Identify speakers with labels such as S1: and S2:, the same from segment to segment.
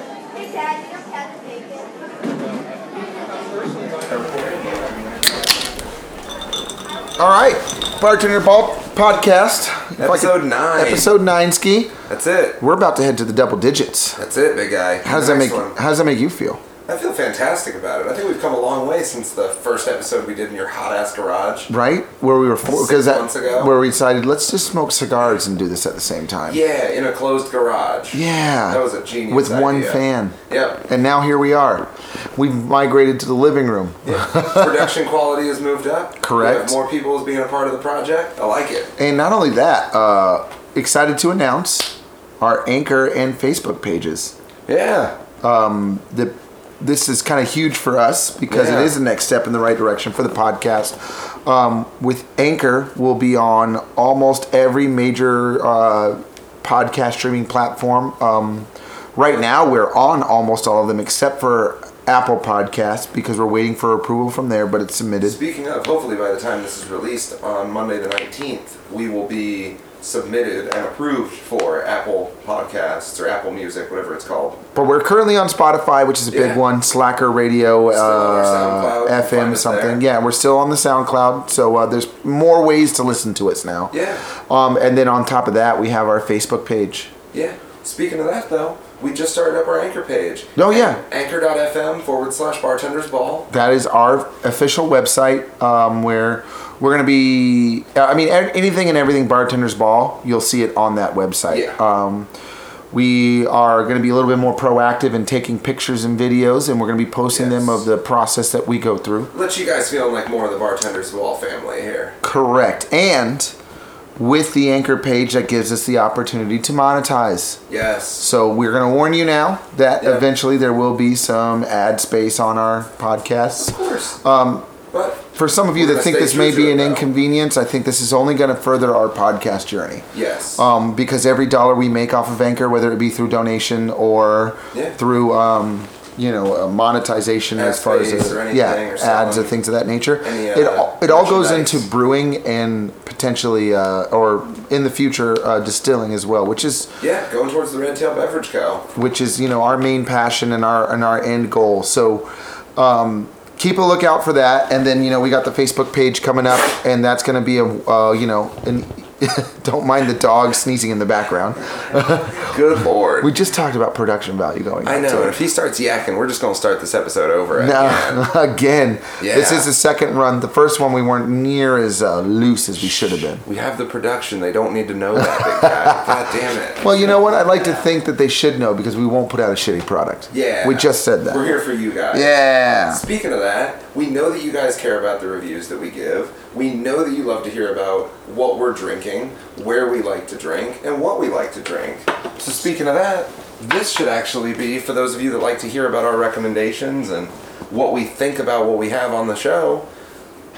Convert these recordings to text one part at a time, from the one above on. S1: Dad, you don't have to take it.
S2: All right, bartender Paul podcast. If I could-
S3: Episode nine.
S2: Episode nine ski.
S3: That's it.
S2: We're about to head to the double digits.
S3: That's it, big guy.
S2: How does that
S3: Nice
S2: make?
S3: one.
S2: How does that make you feel?
S3: I feel fantastic about it. I think we've come a long way since the first episode we did in your hot ass garage.
S2: Right where we were
S3: Six
S2: because
S3: months ago.
S2: that where we decided let's just smoke cigars and do this at the same time.
S3: Yeah, in a closed garage.
S2: Yeah.
S3: That was a genius
S2: With one
S3: idea.
S2: fan.
S3: Yep.
S2: And now here we are. We've migrated to the living room.
S3: Production quality has moved up. We
S2: Correct.
S3: have more people as being a part of the project. I like it.
S2: And not only that, uh, excited to announce our Anchor and Facebook pages.
S3: Yeah.
S2: that this is kind of huge for us because
S3: Yeah.
S2: it is the next step in the right direction for the podcast. Um, with Anchor, we'll be on almost every major uh, podcast streaming platform. Um, right now, we're on almost all of them except for Apple Podcasts because we're waiting for approval from there, but it's submitted.
S3: Speaking of, hopefully by the time this is released on Monday the 19th, we will be submitted and approved for Apple Podcasts or Apple Music, whatever it's called.
S2: But we're currently on Spotify, which is a big
S3: Yeah.
S2: one, Slacker Radio,
S3: Still on our
S2: uh,
S3: SoundCloud. You can find
S2: FM,
S3: us
S2: something.
S3: there.
S2: Yeah, we're still on the SoundCloud, so uh, there's more ways to listen to us now.
S3: Yeah.
S2: Um, and then on top of that, we have our Facebook page.
S3: Yeah. Speaking of that, though, we just started up our anchor page.
S2: Oh, yeah.
S3: Anchor.fm forward slash bartenders ball.
S2: That is our official website um, where we're going to be, I mean, a- anything and everything Bartender's Ball, you'll see it on that website.
S3: Yeah.
S2: Um, we are going to be a little bit more proactive in taking pictures and videos, and we're going to be posting them
S3: Yes.
S2: of the process that we go through.
S3: Let you guys feeling like more of the bartenders ball family here.
S2: Correct. And with the anchor page, that gives us the opportunity to monetize.
S3: Yes.
S2: So we're going to warn you now that
S3: Yeah.
S2: eventually there will be some ad space on our podcasts.
S3: Of course. Um. But
S2: For some of you that
S3: We're gonna
S2: think
S3: stay
S2: this
S3: true
S2: may
S3: to
S2: be
S3: it,
S2: an
S3: though.
S2: inconvenience, I think this is only going to further our podcast journey.
S3: yes.
S2: Um, because every dollar we make off of Anchor, whether it be through donation or
S3: Yeah.
S2: through, um, you know, uh, monetization
S3: Ad
S2: as far as
S3: space
S2: the-
S3: or anything
S2: yeah,
S3: or
S2: ads
S3: selling.
S2: and things of that nature,
S3: Any,
S2: it
S3: uh,
S2: all, it all goes
S3: merchandise.
S2: into brewing and potentially, uh, or in the future, uh, distilling as well, which is
S3: yeah. Going towards the Red Tail Beverage Co.
S2: which is you know our main passion and our and our end goal. So um, keep a lookout for that, and then you know we got the Facebook page coming up, and that's going to be a uh, you know and don't mind the dog sneezing in the background.
S3: Good lord.
S2: We just talked about production value going.
S3: I
S2: up,
S3: know.
S2: too.
S3: And if he starts yakking, we're just gonna start this episode over.
S2: No, again, this
S3: Yeah.
S2: is the second run. The first one we weren't near as uh, loose as we should have been.
S3: We have the production. They don't need to know that big guy. God damn it.
S2: Well, you know what? I'd like to think that they should know because we won't put out a shitty product.
S3: Yeah.
S2: We just said
S3: We're
S2: that.
S3: here for you guys.
S2: Yeah.
S3: Speaking of that, we know that you guys care about the reviews that we give. We know that you love to hear about what we're drinking, where we like to drink, and what we like to drink. So, speaking of that, this should actually be for those of you that like to hear about our recommendations and what we think about what we have on the show.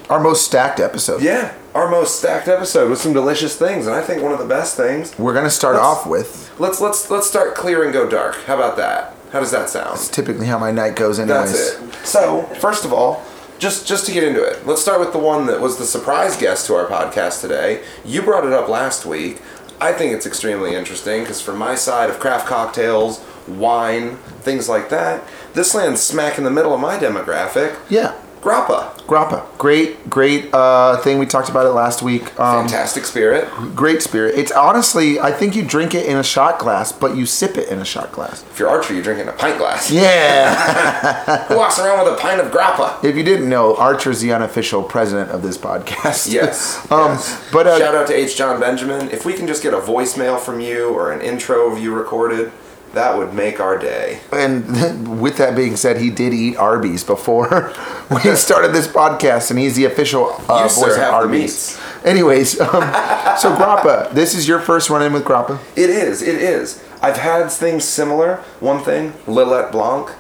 S2: Our most stacked episode.
S3: Yeah, our most stacked episode with some delicious things, and I think one of the best things.
S2: We're going to start
S3: Let's-
S2: off with
S3: Let's let's let's start clear and go dark. How about that? How does that sound?
S2: It's typically how my night goes anyways.
S3: That's it. So, first of all, just just to get into it, let's start with the one that was the surprise guest to our podcast today. You brought it up last week. I think it's extremely interesting because from my side of craft cocktails, wine, things like that, this lands smack in the middle of my demographic.
S2: Yeah.
S3: Grappa,
S2: Grappa. Great, great uh, thing. We talked about it last week. Um,
S3: fantastic spirit.
S2: great spirit. It's honestly, I think you drink it in a shot glass, but you sip it in a shot glass.
S3: If you're Archer, you're drinking a pint glass.
S2: Yeah.
S3: Who walks around with a pint of grappa?
S2: if you didn't know, Archer's the unofficial president of this podcast.
S3: Yes.
S2: um,
S3: yes.
S2: But uh,
S3: Shout out to H. John Benjamin. If we can just get a voicemail from you or an intro of you recorded, that would make our day.
S2: and with that being said, he did eat Arby's before we started this podcast, and he's the official uh,
S3: You,
S2: voice
S3: sir,
S2: of
S3: have the
S2: Arby's.
S3: meats.
S2: Anyways, um, so Grappa, this is your first run in with Grappa.
S3: It is. It is. I've had things similar. One thing, Lillet Blanc.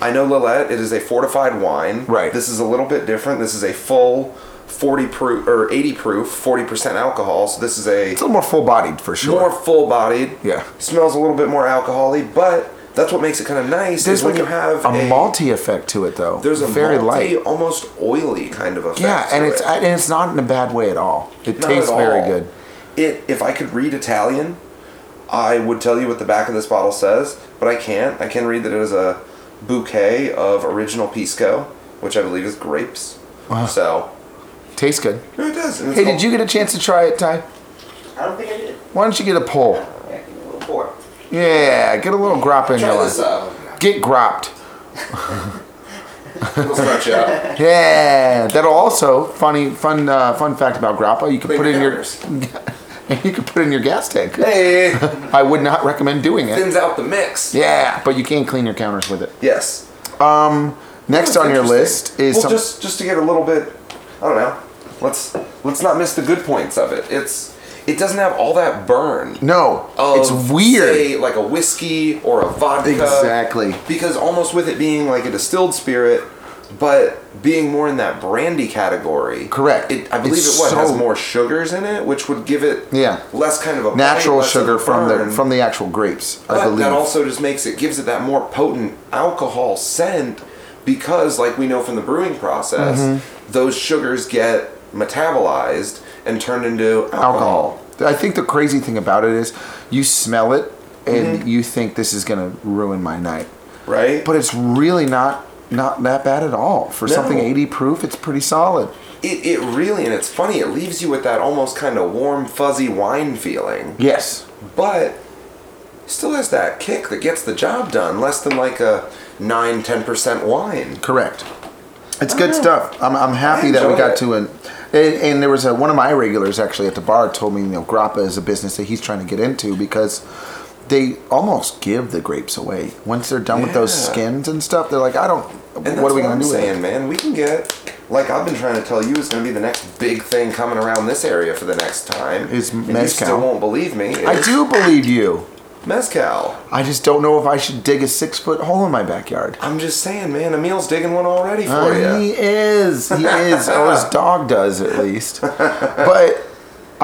S3: I know Lillet. It is a fortified wine.
S2: Hmm. Right.
S3: This is a little bit different. This is a full 40 proof or 80 proof, 40% alcohol. So this is a
S2: It's a little more full bodied for sure.
S3: more full-bodied.
S2: Yeah.
S3: Smells a little bit more alcoholy, but that's what makes it kind of nice.
S2: There's
S3: is when
S2: like
S3: you have
S2: a, malty effect to it though.
S3: There's a
S2: very
S3: malty,
S2: light.
S3: almost oily kind of effect.
S2: Yeah, and
S3: to
S2: it's
S3: it.
S2: and it's not in a bad way at all. It
S3: Not
S2: tastes
S3: at
S2: very
S3: all.
S2: good.
S3: It if I could read Italian, I would tell you what the back of this bottle says. but I can't. I can read that it is a bouquet of original pisco, which I believe is grapes.
S2: Wow.
S3: So
S2: Tastes good.
S3: yeah, it does. and it's
S2: Hey,
S3: all-
S2: did you get a chance to try it, Ty?
S4: I don't think I did.
S2: Why don't you get a pull?
S4: Yeah, give me a little pour.
S2: Yeah, get a little grop in your
S3: try this
S2: life.
S3: up?
S2: Get gropped.
S3: uh, We'll stretch you out.
S2: Yeah, that'll also funny fun uh, fun fact about grappa. You can
S3: Clean
S2: put it in your
S3: counters.
S2: you can put it in your gas tank.
S3: Hey,
S2: I would not recommend doing it.
S3: thins out the mix.
S2: Yeah, but you can clean your counters with it.
S3: Yes.
S2: Next
S3: That's
S2: on your
S3: interesting.
S2: list is
S3: well,
S2: some,
S3: just just to get a little bit. I don't know. Let's let's not miss the good points of it. It's it doesn't have all that burn.
S2: no.
S3: of,
S2: it's weird.
S3: Oh, say, uh, like a whiskey or a vodka.
S2: Exactly.
S3: Because almost with it being like a distilled spirit, but being more in that brandy category.
S2: Correct.
S3: It, I believe
S2: It's
S3: it what has
S2: so-
S3: more sugars in it, which would give it
S2: Yeah.
S3: less kind of a
S2: Natural
S3: bite, less of a
S2: sugar from the
S3: burn.
S2: from the actual grapes, I
S3: But
S2: believe.
S3: that also just makes it gives it that more potent alcohol scent because, like we know from the brewing process,
S2: Mm-hmm.
S3: those sugars get metabolized and turned into
S2: alcohol.
S3: alcohol.
S2: I think the crazy thing about it is you smell it and
S3: Mm-hmm.
S2: you think this is going to ruin my night.
S3: Right?
S2: But it's really not not that bad at all. For
S3: No.
S2: something 80 proof, it's pretty solid.
S3: it, it really and it's funny it leaves you with that almost kind of warm fuzzy wine feeling
S2: Yes.
S3: but still has that kick that gets the job done less than like a 9 10% wine
S2: Correct. It's good stuff. I'm, I'm happy that we
S3: enjoy
S2: got
S3: it.
S2: to an. And, and there was a, one of my regulars actually at the bar told me, you know, grappa is a business that he's trying to get into because they almost give the grapes away once they're done with those
S3: Yeah.
S2: skins and stuff. They're like, I don't.
S3: and
S2: what are we
S3: going to
S2: do? with it?
S3: saying man we can get like i've been trying to tell you is going to be the next big thing coming around this area for the next time
S2: Is
S3: And you
S2: mezcal.
S3: still won't believe me
S2: I
S3: is
S2: do believe you.
S3: mezcal
S2: I just don't know if I should dig a six foot hole in my backyard.
S3: i'm just saying man emil's digging one already for
S2: Uh,
S3: you
S2: He is. He is. or his dog does at least. But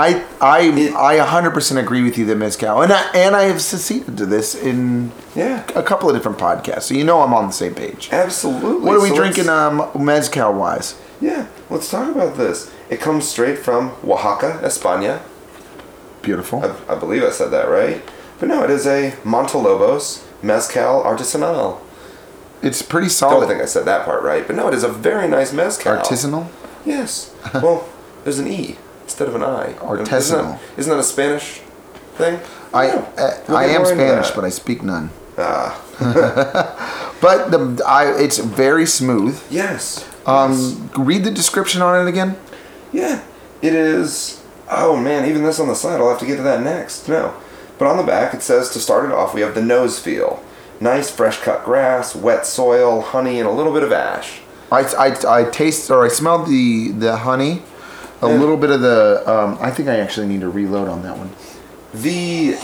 S2: I I I 100% agree with you that mezcal and I, and I have seceded to this in
S3: yeah
S2: a couple of different podcasts. So you know I'm on the same page.
S3: absolutely
S2: What are we
S3: So let's-
S2: drinking um mezcal wise?
S3: Yeah, let's talk about this. It comes straight from Oaxaca, España.
S2: Beautiful.
S3: I, I believe I said that right. But no, it is a Montelobos Mezcal Artisanal.
S2: It's pretty
S3: I don't
S2: solid.
S3: think I said that part right, but no, it is a very nice Mezcal.
S2: Artisanal?
S3: Yes. well, there's an E instead of an I. Isn't
S2: Artisanal.
S3: that, isn't that a Spanish thing?
S2: I
S3: No.
S2: I,
S3: We'll
S2: I
S3: get
S2: am
S3: more into
S2: Spanish,
S3: that.
S2: but I speak none.
S3: Ah,
S2: But the I it's very smooth.
S3: yes. yes.
S2: Um, read the description on it again.
S3: Yeah, it is. Oh man, even this on the side, I'll have to get to that next. No. But on the back, it says to start it off, we have the nose feel. Nice fresh cut grass, wet soil, honey, and a little bit of ash.
S2: I, I, I taste or I smelled the the honey, a
S3: Yeah.
S2: little bit of the. Um, I think I actually need to reload on that one.
S3: The.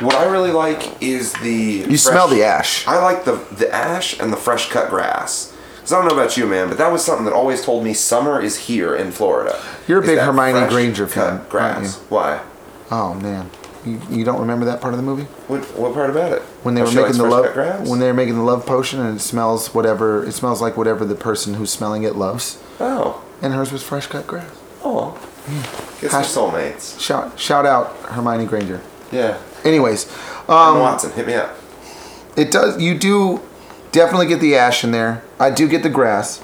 S3: What I really like is the.
S2: You smell the ash.
S3: I like the, the ash and the fresh cut grass. 'Cause I don't know about you, man, but that was something that always told me summer is here in Florida.
S2: You're a
S3: Is
S2: big
S3: that
S2: Hermione
S3: fresh
S2: Granger
S3: cut
S2: fan, aren't
S3: Grass.
S2: you?
S3: Why?
S2: Oh man, you, you don't remember that part of the movie
S3: What, what part about it?
S2: when they
S3: How
S2: were
S3: she likes
S2: making the
S3: fresh
S2: love
S3: cut grass?
S2: when they were making the love potion and it smells whatever it smells like whatever the person who's smelling it loves.
S3: Oh.
S2: And hers was fresh cut grass.
S3: Oh. Guess
S2: Hash-
S3: we're soulmates.
S2: Shout shout out Hermione Granger.
S3: Yeah.
S2: Anyways,
S3: Emma
S2: um,
S3: Watson, hit me up.
S2: it does you do definitely get the ash in there. I do get the grass.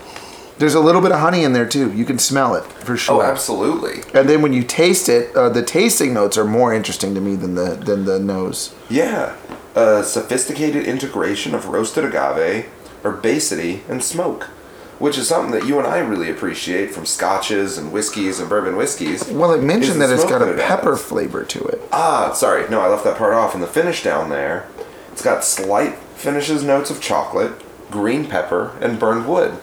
S2: There's a little bit of honey in there too. You can smell it for
S3: Oh,
S2: sure.
S3: absolutely.
S2: And then when you taste it, uh, the tasting notes are more interesting to me than the than the nose.
S3: Yeah. A sophisticated integration of roasted agave, herbacity, and smoke, which is something that you and I really appreciate from scotches and whiskeys and bourbon whiskeys.
S2: Well, it mentioned
S3: is
S2: that
S3: the
S2: it's
S3: smoke
S2: got a
S3: that it
S2: pepper
S3: adds.
S2: flavor to it.
S3: Ah, sorry. No, I left that part off. And the finish down there, it's got slight finishes notes of chocolate, green pepper, and burned wood.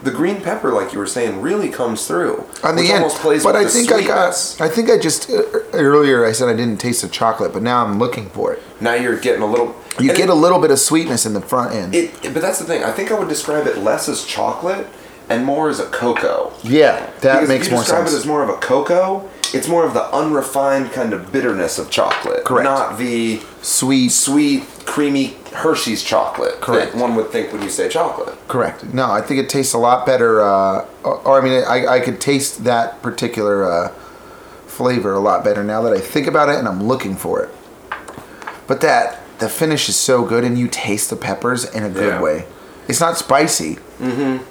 S3: The green pepper, like you were saying, really comes through.
S2: On the
S3: which
S2: end,
S3: almost plays
S2: but
S3: with
S2: I
S3: the
S2: think I
S3: sweetness.
S2: got. I think I just uh, earlier I said I didn't taste the chocolate, but now I'm looking for it.
S3: Now you're getting a little.
S2: You
S3: and
S2: get a little bit of sweetness in the front end.
S3: It, but that's the thing. I think I would describe it less as chocolate and more as a cocoa.
S2: yeah, that
S3: Because
S2: makes
S3: if you
S2: more
S3: describe
S2: sense.
S3: it as more of a cocoa. It's more of the unrefined kind of bitterness of chocolate,
S2: Correct.
S3: Not the
S2: Sweet,
S3: sweet, creamy Hershey's chocolate.
S2: Correct.
S3: That one would think when you say chocolate.
S2: correct. No, I think it tastes a lot better. Uh, or, or I mean, I, I could taste that particular uh, flavor a lot better now that I think about it and I'm looking for it. But that the finish is so good, and you taste the peppers in a good
S3: Yeah. Mm-hmm.
S2: way. It's not spicy,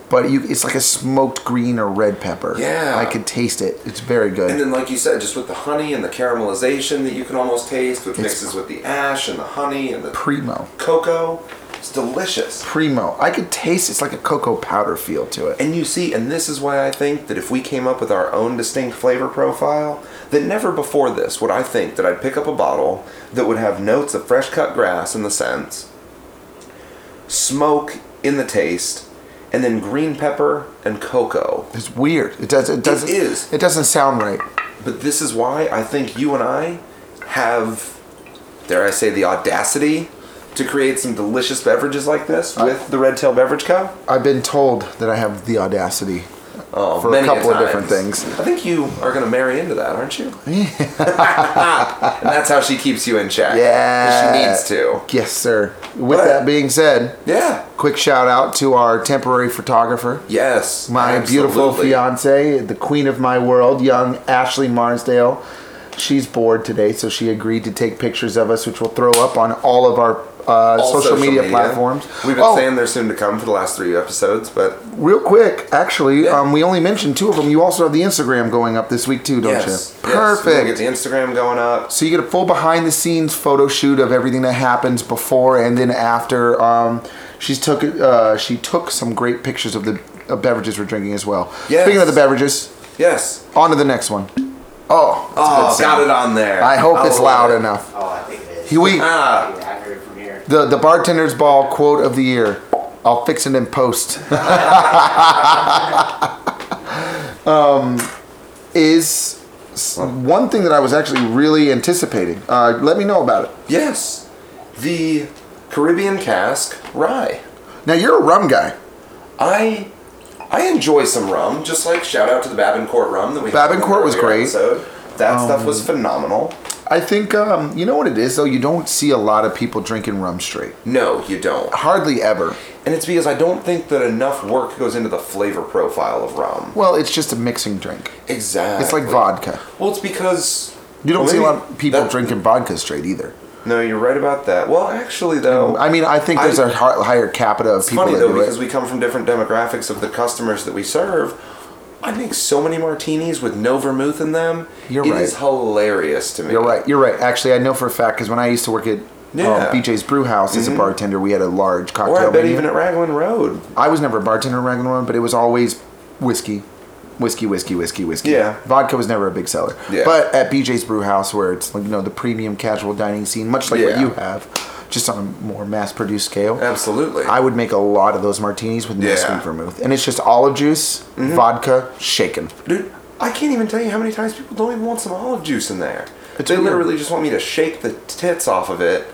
S2: but you it's like a smoked green or red pepper.
S3: Yeah.
S2: I could taste it. It's very good.
S3: And then, like you said, just with the honey and the caramelization that you can almost taste, with
S2: It's-
S3: mixes with the ash and the honey and the
S2: primo,
S3: cocoa, it's delicious.
S2: primo. I could taste. It's like a cocoa powder feel to it.
S3: And you see, and this is why I think that if we came up with our own distinct flavor profile, that never before this would I think that I'd pick up a bottle that would have notes of fresh cut grass in the scents, smoke in the taste, and then green pepper and cocoa.
S2: It's weird. It does. It doesn't.
S3: is.
S2: It doesn't sound right.
S3: But this is why I think you and I have, dare I say, the audacity to create some delicious beverages like this
S2: Uh,
S3: with the Red Tail Beverage Co.
S2: I've been told that I have the audacity.
S3: Oh,
S2: For a
S3: many
S2: couple of
S3: times.
S2: different things.
S3: I think you are going to marry into that, aren't you? and that's how she keeps you in check.
S2: Yeah.
S3: 'Cause She needs to.
S2: Yes, sir. With
S3: But-
S2: that being said,
S3: Yeah.
S2: quick shout out to our temporary photographer,
S3: Yes.
S2: my beautiful
S3: absolutely.
S2: fiance, the queen of my world, young Ashley Marsdale. She's bored today, so she agreed to take pictures of us, which we'll throw up on all of our uh,
S3: All
S2: social, media, platforms.
S3: We've been
S2: Oh,
S3: saying they're soon to come for the last three episodes, but
S2: real quick, actually, um, we only mentioned two of them. You also have the Instagram going up this week too, don't
S3: yes,
S2: you?
S3: yes, we'll
S2: Perfect.
S3: get the Instagram going up.
S2: So you get a full behind the scenes photo shoot of everything that happens before and then after. Um, she's took uh, she took some great pictures of the of beverages we're drinking as well.
S3: Yes.
S2: Speaking of the beverages,
S3: Yes.
S2: on to the next one. Oh, that's a
S3: Oh,
S2: good
S3: got
S2: sound.
S3: it on there.
S2: I hope it's
S3: love
S2: loud
S3: it.
S2: enough.
S4: Oh, I think it is.
S2: He- we-
S4: I
S5: Uh,
S4: heard
S3: Ah,
S4: it from here.
S2: The the bartender's ball quote of the year. I'll fix it in post. um, Um, is s- one thing that I was actually really anticipating. Uh, let me know about it.
S3: yes. The Caribbean cask rye.
S2: Now you're a rum guy.
S3: I I enjoy some rum. Just like shout out to the Babincourt rum that we. had in the
S2: Babincourt was
S3: earlier
S2: great. Um,
S3: Episode. That stuff was phenomenal.
S2: I think um, you know what it is though. You don't see a lot of people drinking rum straight.
S3: No, you don't.
S2: Hardly ever.
S3: And it's because I don't think that enough work goes into the flavor profile of rum.
S2: Well, it's just a mixing drink.
S3: Exactly.
S2: It's like vodka.
S3: Well, it's because
S2: You don't
S3: Well,
S2: see a
S3: maybe
S2: lot of people
S3: that-
S2: drinking vodka straight either.
S3: No, you're right about that. Well, actually, though,
S2: I mean, I think there's a
S3: I-
S2: hi- higher capita of
S3: it's
S2: people
S3: funny
S2: that
S3: though
S2: do it.
S3: because we come from different demographics of the customers that we serve. I make so many martinis with no vermouth in them.
S2: You're
S3: It
S2: right.
S3: is hilarious to me.
S2: You're right. You're right. Actually, I know for a fact because when I used to work at
S3: Yeah.
S2: um, BJ's Brew House as a bartender, we had a large cocktail
S3: Or I bet
S2: menu.
S3: even at Raglan Road.
S2: I was never a bartender in Raglan Road, but it was always whiskey, whiskey, whiskey, whiskey, whiskey.
S3: Yeah.
S2: Vodka was never a big seller.
S3: Yeah.
S2: But at BJ's Brew House, where it's like you know the premium casual dining scene, much like what
S3: Yeah.
S2: you have, just on a more mass-produced scale.
S3: Absolutely.
S2: I would make a lot of those martinis with no
S3: Yeah. Mm-hmm.
S2: sweet vermouth, and it's just olive juice, vodka, shaken.
S3: Dude, I can't even tell you how many times people don't even want some olive juice in there.
S2: It's
S3: they
S2: weird.
S3: literally just want me to shake the tits off of it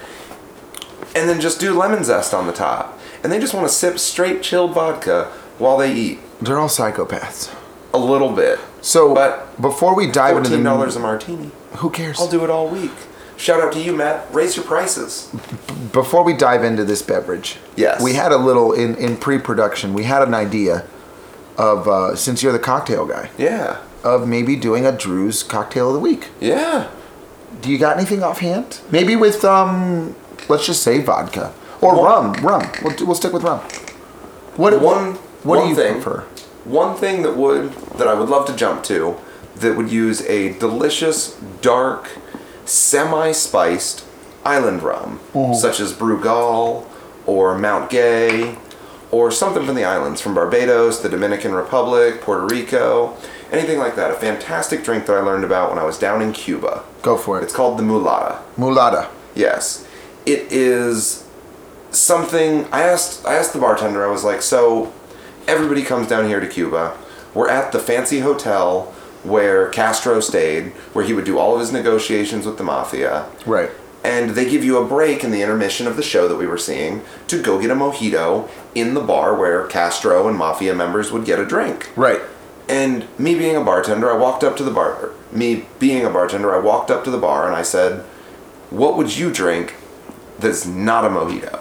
S3: and then just do lemon zest on the top. And they just want to sip straight chilled vodka while they eat
S2: They're all psychopaths.
S3: a little bit.
S2: So
S3: But
S2: before we dive into the
S3: Fourteen dollars a martini.
S2: who cares?
S3: I'll do it all week. Shout out to you, Matt. Raise your prices.
S2: Before we dive into this beverage,
S3: Yes.
S2: we had a little in in pre-production. We had an idea of uh, since you're the cocktail guy,
S3: Yeah.
S2: of maybe doing a Drew's cocktail of the week.
S3: Yeah.
S2: Do you got anything offhand? Maybe with um, let's just say vodka or
S3: Well-
S2: rum. Rum. We'll, do- we'll stick with rum. What
S3: One-
S2: What
S3: one
S2: do you
S3: thing.
S2: prefer?
S3: One thing that would that I would love to jump to that would use a delicious, dark, semi-spiced island rum, such as Brugal or Mount Gay, or something from the islands, from Barbados, the Dominican Republic, Puerto Rico, anything like that. A fantastic drink that I learned about when I was down in Cuba.
S2: Go for it.
S3: It's called the Mulata.
S2: Mulata.
S3: Yes. It is something I asked I asked the bartender, I was like, so everybody comes down here to Cuba. We're at the fancy hotel where Castro stayed, where he would do all of his negotiations with the mafia.
S2: Right.
S3: And they give you a break in the intermission of the show that we were seeing to go get a mojito in the bar where Castro and mafia members would get a drink.
S2: Right.
S3: And me being a bartender, I walked up to the bar. Me being a bartender, I walked up to the bar and I said, "What would you drink that's not a mojito?"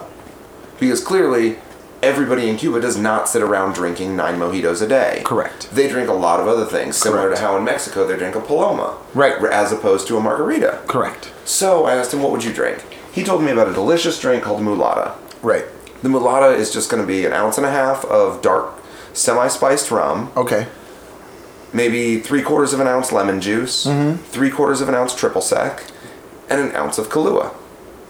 S3: Because clearly, everybody in Cuba does not sit around drinking nine mojitos a day.
S2: Correct.
S3: They drink a lot of other things, similar
S2: Correct.
S3: to how in Mexico they drink a paloma,
S2: Right.
S3: as opposed to a margarita.
S2: Correct.
S3: So I asked him, "What would you drink?" He told me about a delicious drink called Mulata.
S2: Right.
S3: The Mulata is just going to be an ounce and a half of dark, semi-spiced rum,
S2: Okay.
S3: maybe three quarters of an ounce lemon juice, three quarters of an ounce triple sec, and an ounce of Kahlua.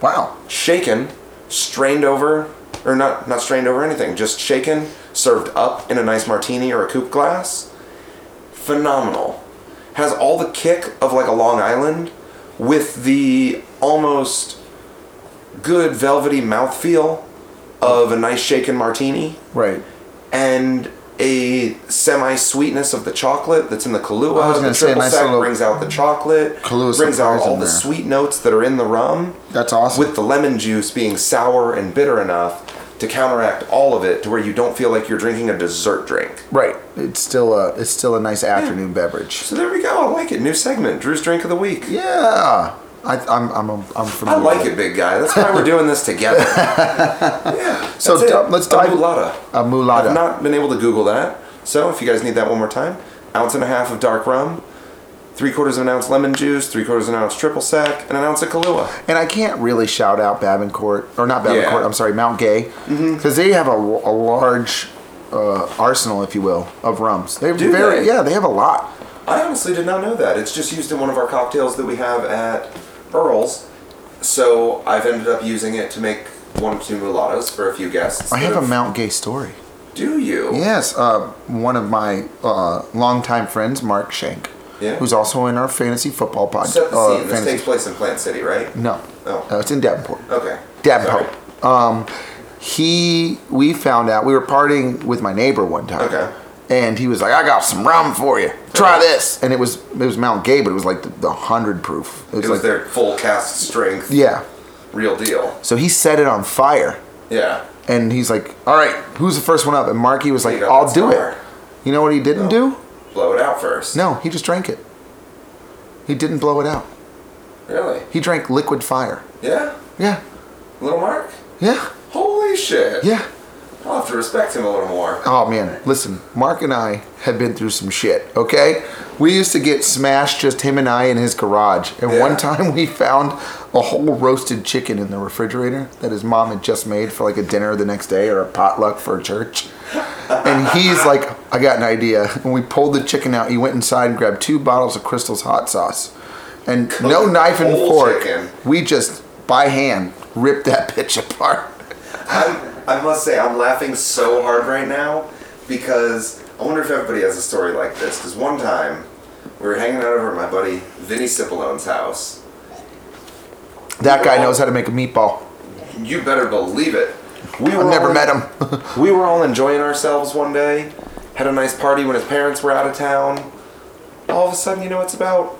S2: Wow.
S3: Shaken, strained over, or not not strained over anything, just shaken, served up in a nice martini or a coupe glass. Phenomenal. Has all the kick of like a Long Island with the almost good velvety mouthfeel of a nice shaken martini
S2: Right.
S3: and a semi sweetness of the chocolate that's in the Kahlua.
S2: I was gonna
S3: the
S2: say,
S3: triple
S2: nice
S3: sec
S2: little-
S3: brings out the chocolate.
S2: Kahlua's
S3: brings out
S2: surprise
S3: all
S2: in
S3: the
S2: there.
S3: sweet notes that are in the rum.
S2: That's awesome.
S3: With the lemon juice being sour and bitter enough to counteract all of it, to where you don't feel like you're drinking a dessert drink.
S2: Right. It's still a it's still a nice afternoon beverage.
S3: So there we go. I like it. New segment, Drew's drink of the week.
S2: Yeah. I, I'm I'm I'm
S3: I
S2: familiar.
S3: like
S2: with
S3: it, big guy. That's why we're doing this together. yeah.
S2: So
S3: that's it.
S2: di- let's
S3: A
S2: dive-
S3: Mulata.
S2: A mulata.
S3: I've not been able to Google that. So if you guys need that one more time, ounce and a half of dark rum, three quarters of an ounce lemon juice, three quarters of an ounce triple sec, and an ounce of Kahlua.
S2: and I can't really shout out Babincourt or not Babincourt.
S3: Yeah. Mm-hmm.
S2: I'm sorry, Mount Gay, because they have a, a large uh, arsenal, if you will, of rums. They
S3: Do
S2: very
S3: they?
S2: yeah, they have a lot.
S3: I honestly did not know that. It's just used in one of our cocktails that we have at Earl's. So I've ended up using it to make one or two mulattoes for a few guests.
S2: I
S3: that
S2: have a Mount Gay story.
S3: Do you?
S2: Yes, uh, one of my uh, longtime friends, Mark Shank,
S3: Yeah.
S2: who's also in our fantasy football podcast.
S3: Set the
S2: Uh,
S3: scene. This takes
S2: fantasy. Mm.
S3: place in Plant City, right?
S2: No,
S3: Oh.
S2: no, it's in Davenport.
S3: Okay.
S2: Davenport.
S3: Sorry.
S2: Um, he, we found out we were partying with my neighbor one time.
S3: Okay.
S2: And he was like, "I got some rum for you. Try this." And it was it was Mount Gay, but it was like the, the hundred proof.
S3: It was
S2: like
S3: their full cast strength,
S2: yeah.
S3: real deal.
S2: So he set it on fire,
S3: Yeah.
S2: and he's like, "All right, who's the first one up?" And Marky was
S3: You
S2: like,
S3: got
S2: "I'll
S3: that
S2: do
S3: star.
S2: it." You know what he didn't do?
S3: Blow it out first.
S2: No, he just drank it. He didn't blow it out.
S3: Really?
S2: He drank liquid fire.
S3: Yeah?
S2: Yeah,
S3: Little Mark?
S2: yeah,
S3: Holy shit.
S2: yeah.
S3: I'll have to respect him a little more.
S2: Oh man, listen, Mark and I have been through some shit, okay? We used to get smashed just him and I in his garage. And
S3: Yeah.
S2: one time we found a whole roasted chicken in the refrigerator that his mom had just made for like a dinner the next day or a potluck for a church. And he's like, I got an idea. And we pulled the chicken out. He went inside and grabbed two bottles of Crystal's hot sauce. And no
S3: Cooked
S2: knife and
S3: whole
S2: fork.
S3: chicken.
S2: We just, by hand, ripped that bitch apart.
S3: I'm, I must say, I'm laughing so hard right now because I wonder if everybody has a story like this. Because one time, we were hanging out over at my buddy Vinny Cipollone's house.
S2: That guy knows how to make a meatball.
S3: You better believe it. We
S2: I've never
S3: all-
S2: met him.
S3: we were all enjoying ourselves one day, had a nice party when his parents were out of town. All of a sudden, you know, it's about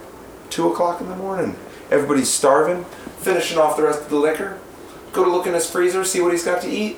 S3: two o'clock in the morning. Everybody's starving, finishing off the rest of the liquor. Go to look in his freezer, see what he's got to eat.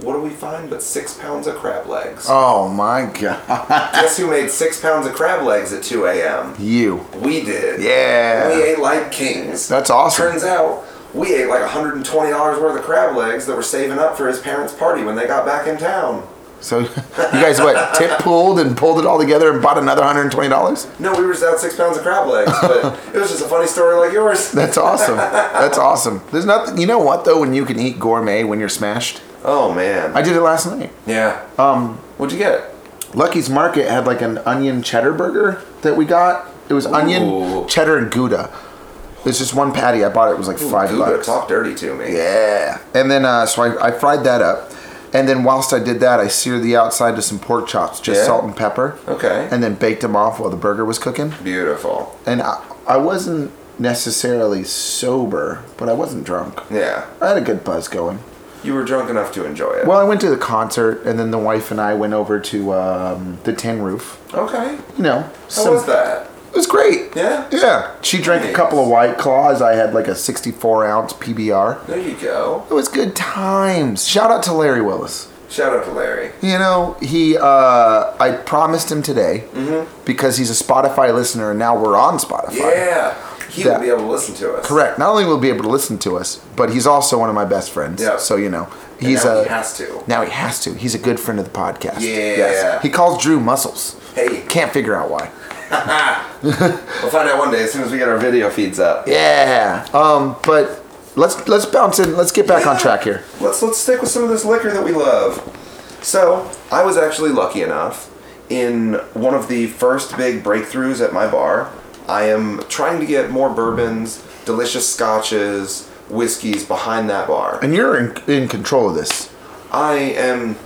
S3: What do we find but six pounds of crab legs?
S2: Oh my god.
S3: Guess who made six pounds of crab legs at 2 a.m.?
S2: You.
S3: We did.
S2: Yeah.
S3: We ate like kings.
S2: That's awesome.
S3: Turns out we ate like $120 worth of crab legs that were saving up for his parents' party when they got back in town.
S2: So you guys what? Tip pooled and pulled it all together and bought another hundred and twenty dollars.
S3: No, we were just out six pounds of crab legs, but it was just a funny story like yours.
S2: That's awesome. That's awesome. There's nothing. You know what though? When you can eat gourmet when you're smashed.
S3: Oh man.
S2: I did it last night.
S3: yeah.
S2: Um,
S3: What'd you get?
S2: Lucky's Market had like an onion cheddar burger that we got. It was
S3: Ooh.
S2: onion cheddar and gouda. It's just one patty. I bought it. It was like five
S3: Gouda,
S2: bucks.
S3: Talk dirty to me.
S2: Yeah. And then uh, so I, I fried that up. And then whilst I did that, I seared the outside to some pork chops, just
S3: Yeah.
S2: salt and pepper.
S3: Okay.
S2: And then baked them off while the burger was cooking.
S3: Beautiful.
S2: And I, I wasn't necessarily sober, but I wasn't drunk.
S3: Yeah.
S2: I had a good buzz going.
S3: You were drunk enough to enjoy it.
S2: Well, I went to the concert, and then the wife and I went over to um, the Tin Roof.
S3: okay.
S2: You know,
S3: How
S2: some-
S3: was that?
S2: It was great.
S3: Yeah?
S2: Yeah. She drank a
S3: Nice.
S2: couple of White Claws. I had like a 64 ounce PBR.
S3: There you go.
S2: It was good times. Shout out to Larry Willis.
S3: Shout out to Larry.
S2: You know, he. Uh, I promised him today
S3: Mm-hmm.
S2: because he's a Spotify listener, and now we're on Spotify.
S3: Yeah. He
S2: That-
S3: will be able to listen to us.
S2: Correct. Not only will he be able to listen to us, but he's also one of my best friends.
S3: Yeah.
S2: So you know,
S3: And
S2: he's
S3: now
S2: a.
S3: he has to.
S2: now he has to. He's a good friend of the podcast.
S3: Yeah.
S2: He calls Drew Muscles.
S3: Hey.
S2: Can't figure out why.
S3: We'll find out one day as soon as we get our video feeds up.
S2: Yeah. Um. But Let's let's bounce in. Let's get back on track here.
S3: Let's let's stick with some of this liquor that we love. So I was actually lucky enough in one of the first big breakthroughs at my bar. I am trying to get more bourbons, delicious scotches, whiskeys behind that bar.
S2: And you're in, in control of this,
S3: I am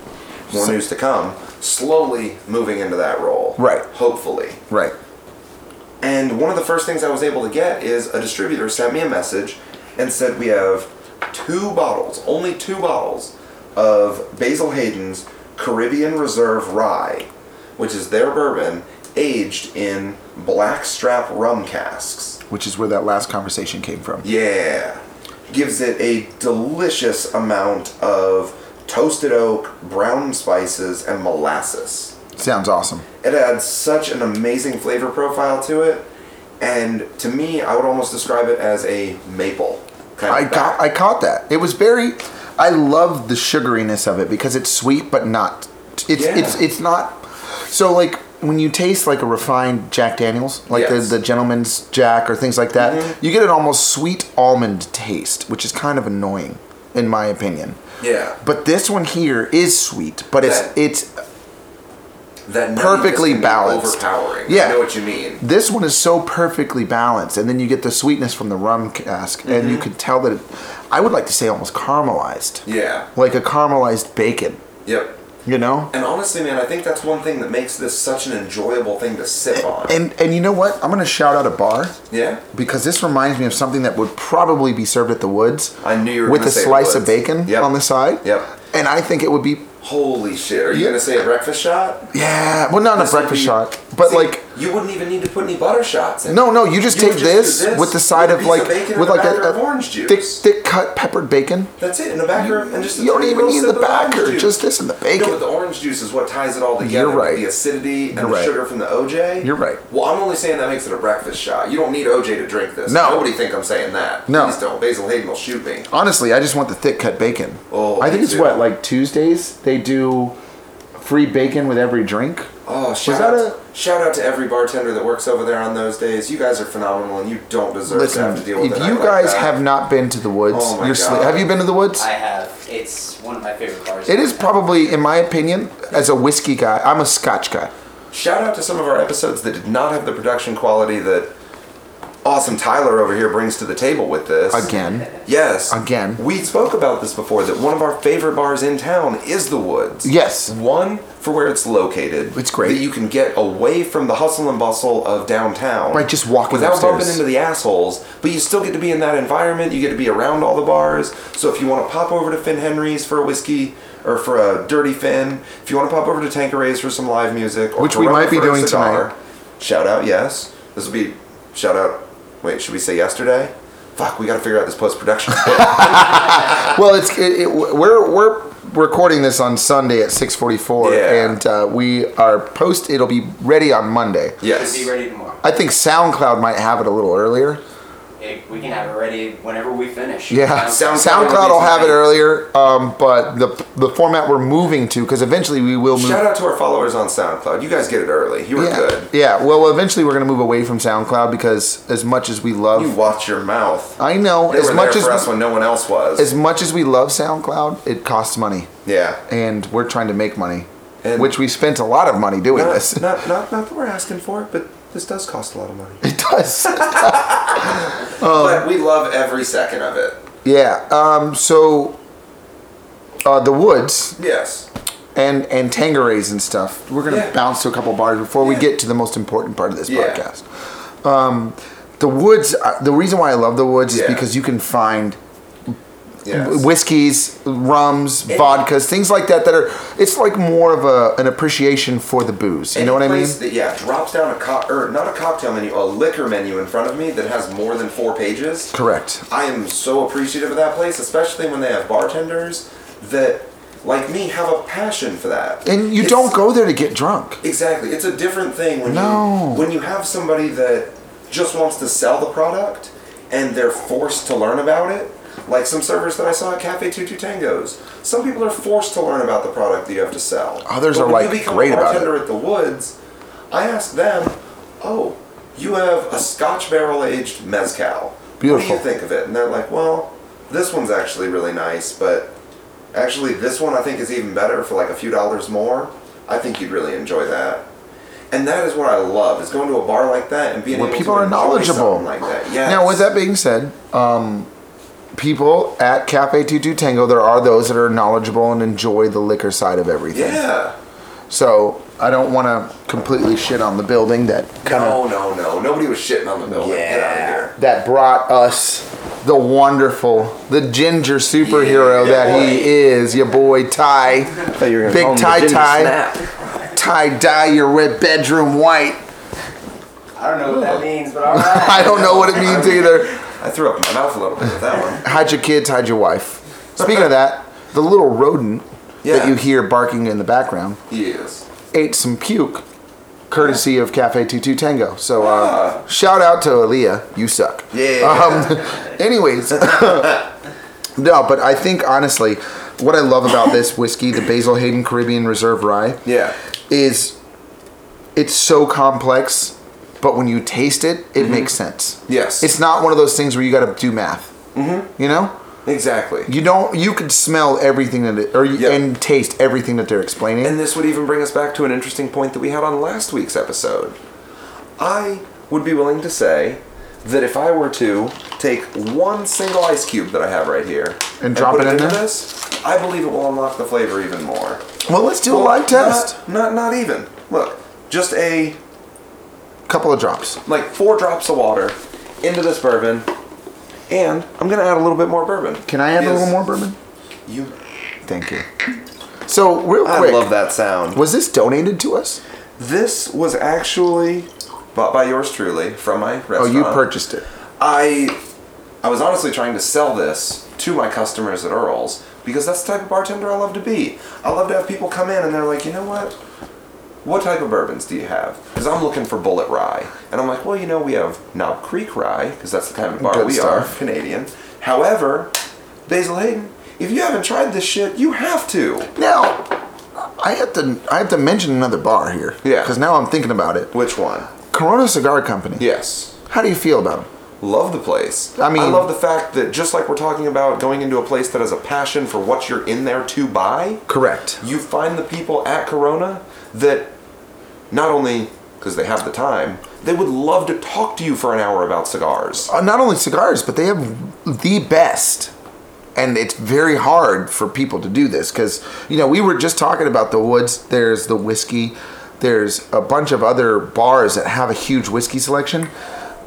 S3: more news to come. Slowly moving into that role.
S2: Right.
S3: Hopefully.
S2: right?
S3: And one of the first things I was able to get is a distributor sent me a message and said, We have two bottles, only two bottles, of Basil Hayden's Caribbean Reserve Rye, which is their bourbon aged in blackstrap rum casks.
S2: Which is where that last conversation came from.
S3: Yeah. Gives it a delicious amount of toasted oak, brown spices, and molasses
S2: Sounds awesome.
S3: it adds such an amazing flavor profile to it and to me i would almost describe it as a maple kind
S2: I
S3: of
S2: got I caught that. It was very. I love the sugariness of it because it's sweet but not. It's
S3: Yeah.
S2: it's it's not. So like when you taste like a refined Jack Daniels, like
S3: Yes. Mm-hmm.
S2: the the Gentleman's Jack or things like that, you get an almost sweet almond taste, which is kind of annoying, in my opinion.
S3: yeah
S2: But this one here is sweet, but it's
S3: That-
S2: it's
S3: that nuttiness
S2: perfectly
S3: can be
S2: balanced.
S3: overpowering
S2: Yeah.
S3: i know what you mean
S2: this one is so perfectly balanced, and then you get the sweetness from the rum cask, and you can tell that it, I would like to say almost caramelized.
S3: Mm-hmm. yeah
S2: like a caramelized bacon.
S3: yep
S2: You know,
S3: and honestly man i think that's one thing that makes this such an enjoyable thing to sip on
S2: and and you know what? I'm gonna shout out a bar
S3: yeah
S2: because this reminds me of something that would probably be served at the Woods
S3: i knew you were
S2: with
S3: gonna
S2: a
S3: say
S2: slice
S3: woods.
S2: of bacon
S3: Yep.
S2: on the side.
S3: Yep.
S2: And I think it would be
S3: holy shit are you
S2: Yeah.
S3: gonna say a breakfast shot
S2: yeah, well not
S3: This
S2: a
S3: would
S2: breakfast
S3: be-
S2: shot, but
S3: See,
S2: like
S3: you wouldn't even need to put any butter shots in
S2: no, no, you just
S3: You
S2: take
S3: would
S2: this,
S3: just do this
S2: with the side
S3: with a
S2: of
S3: piece
S2: like
S3: of bacon
S2: with
S3: and a
S2: like a,
S3: batter of
S2: a
S3: orange
S2: thick
S3: juice.
S2: thick cut peppered bacon.
S3: that's it in the back of and just a
S2: you don't
S3: tiny
S2: even
S3: little
S2: need
S3: sip
S2: the
S3: of orange
S2: backer,
S3: juice.
S2: just this and the
S3: No,
S2: bacon.
S3: but the orange juice is what ties it all together.
S2: You're right.
S3: The acidity and
S2: You're
S3: the
S2: right.
S3: sugar from the OJ.
S2: You're right.
S3: Well, I'm only saying that makes it a breakfast shot. You don't need OJ to drink this.
S2: No.
S3: Nobody think I'm saying that.
S2: No.
S3: Please don't. Basil Hayden will shoot me.
S2: Honestly, I just want the thick cut bacon.
S3: Oh,
S2: I think
S3: me
S2: it's
S3: too.
S2: what like Tuesdays they do free bacon with every drink.
S3: Oh, shout
S2: that
S3: out,
S2: a-
S3: shout out to every bartender that works over there on those days. You guys are phenomenal, and you don't deserve
S2: Listen,
S3: to have to deal with
S2: if
S3: a night
S2: you
S3: like
S2: guys
S3: that.
S2: have not been to the woods,
S3: Oh my
S2: you're sli-
S3: God.
S2: have you been to the woods?
S5: I have. It's one of my favorite bars.
S2: it is probably, in my opinion, as a whiskey guy, I'm a Scotch guy.
S3: Shout out to some of our episodes that did not have the production quality that awesome Tyler over here brings to the table with this.
S2: Again,
S3: Yes.
S2: Again.
S3: We spoke about this before that one of our favorite bars in town is the Woods.
S2: Yes.
S3: One for where it's located.
S2: It's great.
S3: That you can get away from the hustle and bustle of downtown.
S2: By just walking
S3: without
S2: upstairs.
S3: bumping into the assholes, but you still get to be in that environment. You get to be around all the bars. So if you want to pop over to Finn Henry's for a whiskey or for a Dirty Finn, if you want to pop over to Tanqueray's for some live music, or
S2: Which we
S3: Corona
S2: might be
S3: for a
S2: doing
S3: cigar,
S2: tonight.
S3: Shout out, yes. This will be shout out. Wait, should we say yesterday? Fuck, we got to figure out this post production.
S2: well, it's it, it, we're we're recording this on Sunday at 6:44,
S3: Yeah.
S2: and uh, we are post. It'll be ready on Monday.
S3: yes.
S5: Should be ready tomorrow.
S2: I think SoundCloud might have it a little earlier.
S5: It- we can have it ready whenever we finish.
S2: Yeah,
S3: SoundCloud
S2: SoundCloud,
S3: will
S2: will
S3: be
S2: have it
S5: tonight.
S2: earlier, um, but the the format we're moving to because eventually we will move.
S3: Shout out to our followers on SoundCloud. You guys get it early. You were
S2: yeah,
S3: good.
S2: yeah. Well, eventually we're gonna move away from SoundCloud because as much as we love,
S3: You watch your mouth.
S2: I know
S3: They
S2: as
S3: were
S2: much
S3: there
S2: as
S3: for us
S2: we,
S3: when no one else was.
S2: as much as we love SoundCloud, it costs money,
S3: yeah.
S2: and we're trying to make money,
S3: And-
S2: which we spent a lot of money doing
S3: Not,
S2: this.
S3: not, not, not that we're asking for it, but this does cost a lot of money.
S2: It does.
S3: but we love every second of it.
S2: yeah. Um. So. Uh, the woods
S3: Yes.
S2: and and tangerais and stuff. We're gonna
S3: Yeah.
S2: bounce to a couple bars before we
S3: Yeah.
S2: get to the most important part of this
S3: Yeah.
S2: podcast. Um, the woods. uh, The reason why I love the woods is
S3: Yeah.
S2: because you can find
S3: Yes.
S2: whiskeys, rums,
S3: It-
S2: vodkas, things like that. That are it's like more of a an appreciation for the booze. You know what I
S3: Any
S2: mean?
S3: place That, yeah, drops down a co- or not a cocktail menu, a liquor menu in front of me that has more than four pages.
S2: Correct.
S3: I am so appreciative of that place, especially when they have bartenders that, like me, have a passion for that.
S2: And you
S3: It's-
S2: don't go there to get drunk.
S3: Exactly. It's a different thing when
S2: No.
S3: you when you have somebody that just wants to sell the product and they're forced to learn about it. Like some servers that I saw at Cafe Two Two Tangos. Some people are forced to learn about the product that you have to sell.
S2: Others
S3: But
S2: are,
S3: when you
S2: like,
S3: become
S2: great
S3: a
S2: about it.
S3: bartender at the Woods, I asked them, "Oh, you have a Scotch barrel aged mezcal. What do
S2: Beautiful.
S3: you think of it?" And they're like, "Well, This one's actually really nice, but actually this one I think is even better for like a few dollars more. I think you'd really enjoy that. And that is what I love is going to a bar like that and being
S2: Where
S3: able
S2: people
S3: to
S2: are
S3: enjoy
S2: knowledgeable.
S3: something like that. Yes.
S2: Now, with that being said, um, people at Cafe 22 Tango, there are those that are knowledgeable and enjoy the liquor side of everything.
S3: Yeah.
S2: So I don't want to completely shit on the building that kind of
S3: No, no, no. Nobody was shitting on the building. Get out of here.
S2: that brought us the wonderful, the ginger superhero
S3: Yeah,
S2: that
S3: boy.
S2: he is, your boy Ty.
S6: thought you were gonna
S2: Big
S6: call him the
S2: tie
S6: Jimmy
S2: tie.
S6: Snap.
S2: Ty dye your red bedroom white.
S5: I don't know what that means, but all right.
S2: I don't know what it means either.
S3: I threw up my mouth a little bit with that one.
S2: Hide your kids, hide your wife. Speaking of that, the little rodent
S3: Yeah.
S2: that you hear barking in the background
S3: Yes.
S2: ate some puke, courtesy of Cafe 22 Tango. So uh,
S3: Ah.
S2: shout out to Aaliyah, you suck.
S3: Yeah.
S2: Um, anyways, no, but I think honestly, what I love about this whiskey, the Basil Hayden Caribbean Reserve Rye,
S3: Yeah.
S2: is it's so complex, but when you taste it, it
S3: Mm-hmm.
S2: makes sense.
S3: Yes.
S2: It's not one of those things where you got to do math. Mm-hmm. You know,
S3: exactly.
S2: you don't. You could smell everything that, it, or you
S3: Yep.
S2: and taste everything that they're explaining.
S3: And this would even bring us back to an interesting point that we had on last week's episode. I would be willing to say that if I were to take one single ice cube that I have right here
S2: And drop
S3: put
S2: it in
S3: into
S2: there?
S3: this, I believe it will unlock the flavor even more.
S2: well, let's do a
S3: uh,
S2: live test.
S3: Not, not not even. Look, just a
S2: Couple of drops.
S3: like four drops of water into this bourbon, and I'm gonna add a little bit more bourbon.
S2: Can I add a
S3: Yes.
S2: little more bourbon?
S3: You,
S2: Thank you. So real
S3: I
S2: quick,
S3: love that sound.
S2: was this donated to us?
S3: This was actually bought by yours truly from my restaurant.
S2: Oh, you purchased it.
S3: I I was honestly trying to sell this to my customers at Earl's because that's the type of bartender I love to be. I love to have people come in and they're like, you know what? What type of bourbons do you have? Because I'm looking for bullet rye, and I'm like, well, you know, we have Knob Creek rye because that's the kind of bar
S2: Good
S3: we
S2: stuff.
S3: are, Canadian. However, Basil Hayden, if you haven't tried this shit, you have to.
S2: Now, I have to I have to mention another bar here.
S3: Yeah.
S2: Because now I'm thinking about it.
S3: Which one?
S2: Corona Cigar Company.
S3: Yes.
S2: How do you feel about them?
S3: Love the place.
S2: I mean-
S3: I love the fact that just like we're talking about going into a place that has a passion for what you're in there to buy,
S2: Correct.
S3: you find the people at Corona that not only because they have the time, they would love to talk to you for an hour about cigars.
S2: Uh, not only cigars, but they have the best. And it's very hard for people to do this because, you know, we were just talking about the woods. There's the whiskey. There's a bunch of other bars that have a huge whiskey selection,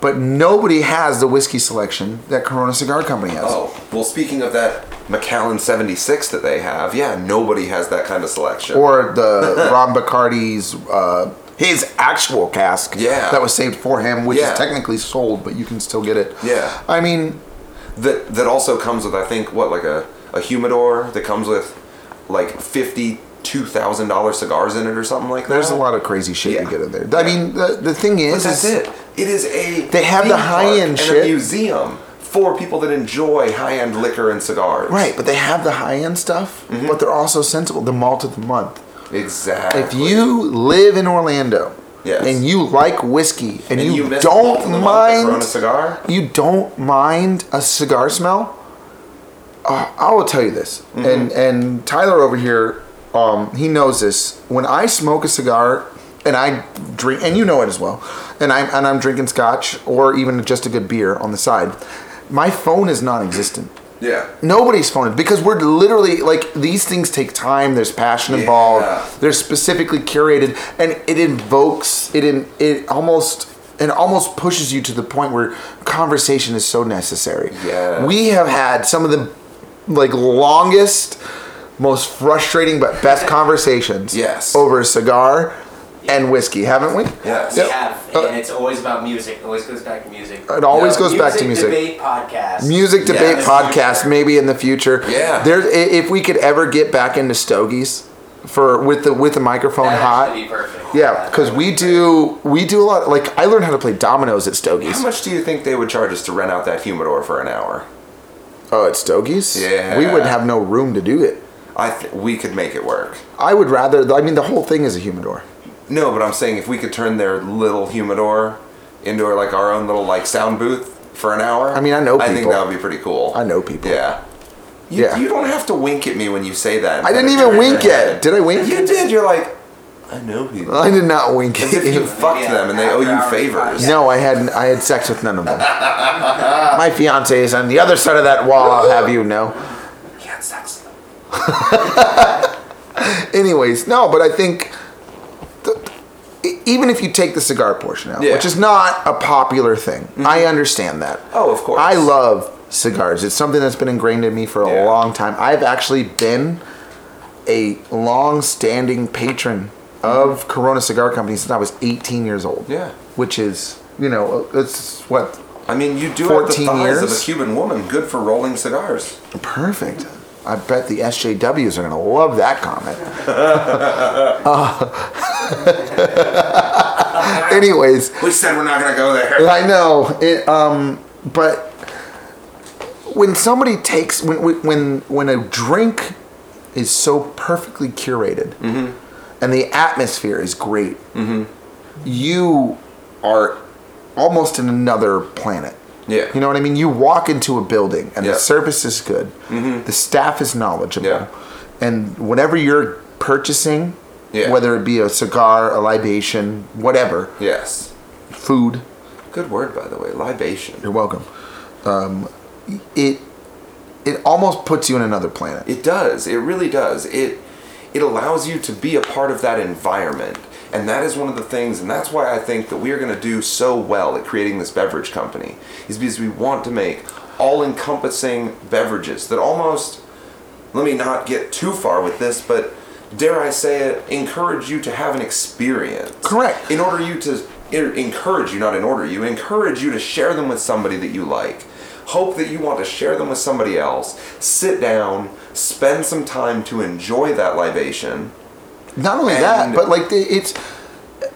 S2: but nobody has the whiskey selection that Corona Cigar Company has.
S3: Oh, well, speaking of that McAllen 76 that they have, yeah, nobody has that kind of selection.
S2: or the Ron Bacardi's uh, his actual cask
S3: Yeah.
S2: that was saved for him, which
S3: Yeah.
S2: is technically sold, but you can still get it.
S3: Yeah.
S2: I mean,
S3: that that also comes with I think what like a, a humidor that comes with like fifty two thousand dollar cigars in it or something like that.
S2: there's a lot of crazy shit
S3: Yeah.
S2: you get in there. I mean, the, the thing
S3: But
S2: is,
S3: that's
S2: is
S3: it. It is a
S2: They have the
S3: theme park
S2: high-end
S3: and
S2: shit.
S3: a museum for people that enjoy high end liquor and cigars.
S2: right, but they have the high end stuff,
S3: Mm-hmm.
S2: but they're also sensible. The malt of the month.
S3: Exactly.
S2: If you live in Orlando
S3: Yes.
S2: and you like whiskey and,
S3: and you,
S2: you,
S3: miss the malt
S2: don't
S3: and the malt that Corona
S2: mind
S3: cigar,
S2: you don't mind a cigar smell, uh, I will tell you this. And and Tyler over here, um, he knows this. When I smoke a cigar and I drink, and you know it as well, and I'm and I'm drinking scotch or even just a good beer on the side, my phone is non-existent.
S3: yeah,
S2: Nobody's phone because we're literally like these things take time. There's passion involved. They're specifically curated, and it invokes it. In, it almost it almost pushes you to the point where conversation is so necessary.
S3: Yes.
S2: we have had some of the like longest, most frustrating but best conversations.
S3: Yes.
S2: over a cigar and whiskey, haven't we?
S3: yes,
S5: We
S2: Oh. Yep.
S5: have,
S2: Uh,
S5: and it's always about music. It always goes back to music.
S2: It always
S3: Yeah.
S2: goes back to music.
S5: Debate podcast.
S2: music debate
S3: Yes.
S2: podcast maybe in the future.
S3: Yeah.
S2: There, i- if we could ever get back into stogies for with the with the microphone
S5: That'd
S2: hot.
S5: actually Be perfect.
S2: yeah, because we do we do a lot. Like I learned how to play dominoes at
S3: How
S2: stogies.
S3: much do you think they would charge us to rent out that humidor for an hour?
S2: Oh, at stogies.
S3: Yeah.
S2: We would have no room to do it.
S3: I th- we could make it work.
S2: I would rather. I mean, the whole thing is a humidor.
S3: No, but I'm saying if we could turn their little humidor into our, like our own little like sound booth for an hour.
S2: I mean, I know
S3: I think
S2: people.
S3: that would be pretty cool.
S2: I know people.
S3: Yeah. You,
S2: Yeah.
S3: you don't have to wink at me when you say that.
S2: I didn't even wink yet. Did I wink?
S3: You did. You're like, I know people.
S2: I did not wink.
S3: As if you fucked
S5: Yeah,
S3: them and they owe you
S5: after-hours
S3: favors.
S2: No, I had I had sex with none of them. My fiance is on the other side of that wall. I'll have you know.
S3: You had sex.
S2: Anyways, no, but I think th- e- even if you take the cigar portion out,
S3: Yeah.
S2: which is not a popular thing, I understand that.
S3: Oh, of course.
S2: I love cigars. It's something that's been ingrained in me for a
S3: Yeah.
S2: long time. I've actually been a long-standing patron of Corona Cigar Company since I was 18 years old.
S3: Mm-hmm. Yeah.
S2: Which is, you know, it's what
S3: I mean, you do have the
S2: 14
S3: thighs of a
S2: years?
S3: Cuban woman. Good for rolling cigars.
S2: Perfect. I bet the SJWs are going to love that comment. Uh, anyways,
S3: We said we're not gonna go there.
S2: I know it. Um, but when somebody takes when when- when when a drink is so perfectly curated and the atmosphere is great, you are almost in another planet.
S3: Yeah.
S2: You know what I mean? You walk into a building and
S3: Yeah. Mm-hmm.
S2: the service is good, the staff is knowledgeable,
S3: Yeah.
S2: and whatever you're purchasing,
S3: Yeah.
S2: whether it be a cigar, a libation, whatever,
S3: Yes.
S2: food,
S3: Good word, by the way. Libation.
S2: you're welcome. Um, it it almost puts you in another planet.
S3: It does. It really does. It it allows you to be a part of that environment. And that is one of the things, and that's why I think that we are going to do so well at creating this beverage company, is because we want to make all encompassing beverages that almost, let me not get too far with this, but dare I say it, encourage you to have an experience.
S2: Correct.
S3: In order you to er, encourage you, not in order you, encourage you to share them with somebody that you like. Hope that you want to share them with somebody else. Sit down, spend some time to enjoy that libation.
S2: Not only that,
S3: And-
S2: but like the, it's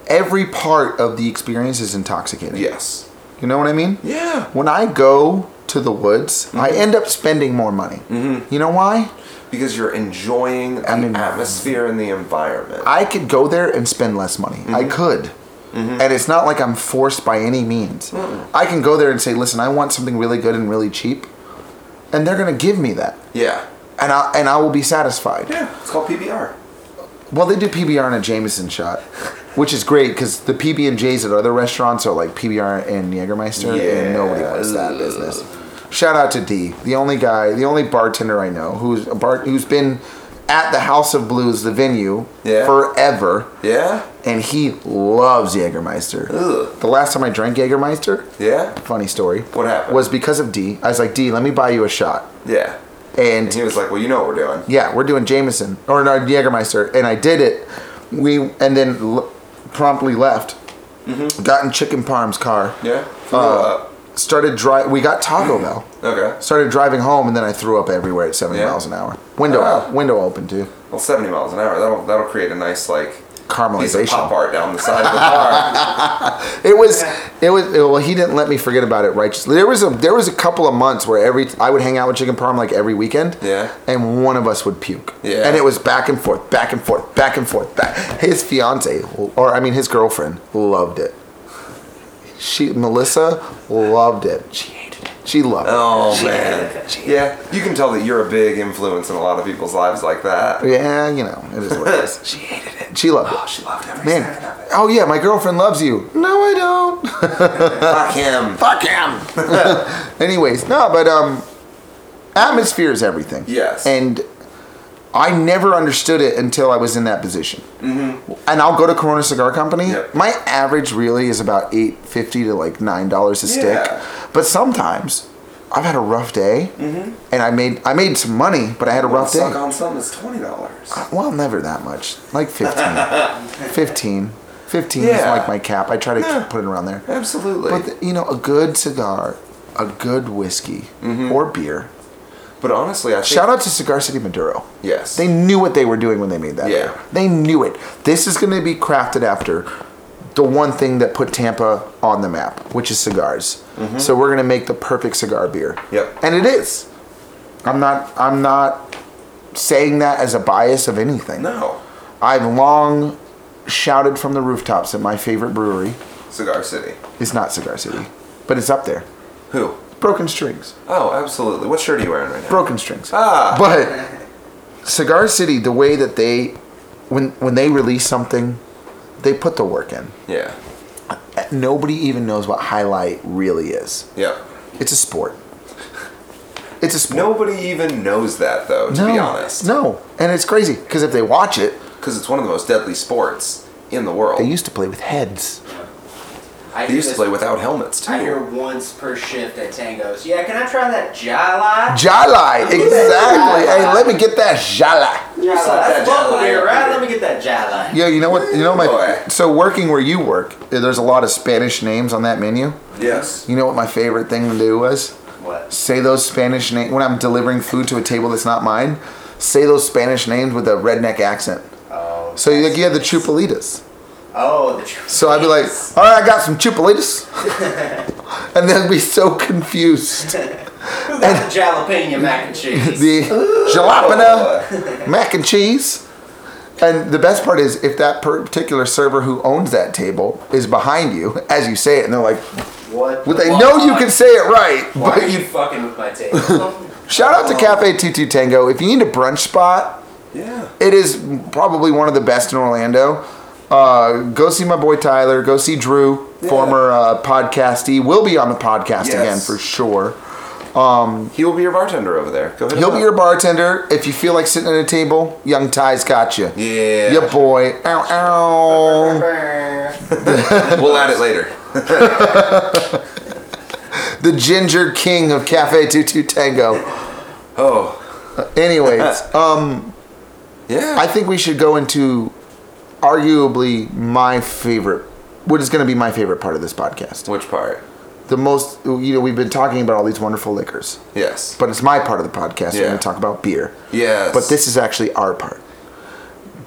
S2: every part of the experience is intoxicating.
S3: Yes.
S2: You know what I mean?
S3: Yeah. Mm-hmm.
S2: When I go to the woods, I end up spending more money. You know why?
S3: Because you're enjoying the
S2: I mean-
S3: atmosphere and the environment.
S2: I could go there and spend less money.
S3: Mm-hmm.
S2: I could. And it's not like I'm forced by any means.
S3: Mm.
S2: I can go there and say, "Listen, I want something really good and really cheap." And they're going to give me that.
S3: yeah.
S2: And I and I will be satisfied.
S3: Yeah. It's called PBR.
S2: Well, they do PBR and a Jameson shot, which is great because the PB and J's at other restaurants are like PBR and Jägermeister, and nobody wants that
S3: Yeah.
S2: business. Shout out to D, the only guy, the only bartender I know who's a bar, who's been at the House of Blues, the venue,
S3: Yeah.
S2: forever,
S3: Yeah?
S2: and he loves Jägermeister.
S3: Ugh.
S2: The last time I drank Jägermeister,
S3: Yeah?
S2: funny story.
S3: What happened?
S2: Was because of D. I was like, D, let me buy you a shot,
S3: Yeah. And he was like, well, you know what we're doing.
S2: yeah, we're doing Jameson or no Jägermeister, and I did it. We and then l- promptly left,
S3: Mm-hmm.
S2: got in Chicken Parm's car,
S3: Yeah? Fill
S2: Uh,
S3: up.
S2: started drive. We got Taco Bell,
S3: Okay.
S2: started driving home, and then I threw up everywhere at seventy
S3: Yeah.
S2: miles an hour. Window
S3: Ah.
S2: out, window open too.
S3: Well, 70 miles an hour. That'll that'll create a nice, like, piece of pop
S2: Caramelization.
S3: art down the side of the car.
S2: It was, it was. Well, he didn't let me forget about it. Righteously, there was a there was a couple of months where every I would hang out with Chicken Parm like every weekend.
S3: Yeah.
S2: And one of us would puke.
S3: Yeah.
S2: And it was back and forth, back and forth, back and forth. Back. His fiance, or I mean his girlfriend, loved it. She Melissa loved it. She hated it. She loved it.
S3: Oh, man. Yeah. You can tell that you're a big influence in a lot of people's lives like that.
S2: Yeah, you know it is what it is.
S3: she hated it.
S2: She loved
S3: Oh,
S2: it.
S3: she loved every second of
S2: Man,
S3: it.
S2: oh yeah, my girlfriend loves you. No, I don't.
S3: Fuck him.
S2: Fuck him. Anyways, no, but um, atmosphere is everything.
S3: Yes.
S2: And I never understood it until I was in that position. Mm-hmm. And I'll go to Corona Cigar Company.
S3: Yep.
S2: My average really is about eight fifty to like nine dollars a
S3: Yeah.
S2: stick. But sometimes I've had a rough day, and I made I made some money, but I had a rough
S3: Mm-hmm. Suck
S2: day.
S3: on something is twenty dollars.
S2: Well, never that much. Like 15. 15. 15 is
S3: Yeah.
S2: like my cap. I try to
S3: Yeah.
S2: put it around there.
S3: Absolutely.
S2: But
S3: But,
S2: the- you know, a good cigar, a good whiskey or beer.
S3: honestly, Mm-hmm. I think,
S2: Shout out to Cigar City Maduro.
S3: Yes.
S2: They knew what they were doing when they made that.
S3: Yeah.
S2: beer. They knew it. This is going to be crafted after the one thing that put Tampa on the map, which is cigars. So we're going to make the perfect cigar beer.
S3: Mm-hmm. Yep.
S2: And it is. I'm not I'm not saying that as a bias of anything.
S3: no
S2: I've long shouted from the rooftops that my favorite brewery
S3: Cigar City.
S2: is not Cigar City, but it's up there.
S3: Who?
S2: Broken Strings.
S3: Oh, absolutely. What shirt are you wearing right now?
S2: Broken Strings.
S3: ah,
S2: But Cigar City, the way that they, when when they release something, they put the work in.
S3: yeah,
S2: Nobody even knows what highlight really is.
S3: yeah.
S2: It's a sport. It's a sport.
S3: Nobody even knows that though, to be honest,
S2: No, and it's crazy because if they watch it,
S3: because it's one of the most deadly sports in the world.
S2: they used to play with heads.
S5: I
S3: They
S5: do
S3: used to
S5: this-
S3: play without helmets too.
S5: I hear once per shift at Tango's. Yeah, can I try that Jala?
S2: Jala, exactly. hey, let me get that jala.
S4: Yeah,
S5: So that's buckle beer, right? Let me get that Jala.
S2: Yeah, you know what? You know
S3: Boy.
S2: my. So working where you work, there's a lot of Spanish names on that menu.
S3: Yes.
S2: You know what my favorite thing to do was?
S5: What?
S2: Say those Spanish names when I'm delivering food to a table that's not mine. Say those Spanish names with a redneck accent.
S5: Oh.
S2: So you, you had the chupolitas.
S5: Oh, the. Tr-
S2: So I'd be like, all right, I got some chupolitas. and they'd be so confused.
S5: Who got the jalapeno mac and cheese?
S2: The jalapeno mac and cheese. And the best part is if that per- particular server who owns that table is behind you as you say it, and they're like,
S5: what?
S2: well,
S5: the
S2: they
S5: fuck?
S2: know you can say it right,
S5: Why are
S2: but
S5: you Oh.
S2: you
S5: fucking with my table?
S2: Shout out to Cafe Tutu Tango. If you need a brunch spot,
S3: Yeah.
S2: it is probably one of the best in Orlando. Uh, go see my boy Tyler. Go see Drew,
S3: Yeah.
S2: former uh, podcastee. Will be on the podcast
S3: Yes.
S2: again for sure.
S3: He will be your bartender over there. Go ahead.
S2: He'll be your bartender. If you feel like sitting at a table, Young Ty's got you.
S3: Yeah.
S2: Your boy. Ow, ow.
S3: we'll add it later.
S2: The ginger king of Cafe Tutu Tango.
S3: Oh.
S2: Anyways, uh,
S3: Yeah.
S2: um, I think we should go into arguably my favorite, what is going to be my favorite part of this podcast.
S3: Which part?
S2: The most, you know, we've been talking about all these wonderful liquors,
S3: Yes.
S2: but it's my part of the podcast. We're
S3: Yeah.
S2: going to talk about beer.
S3: yes.
S2: But this is actually our part.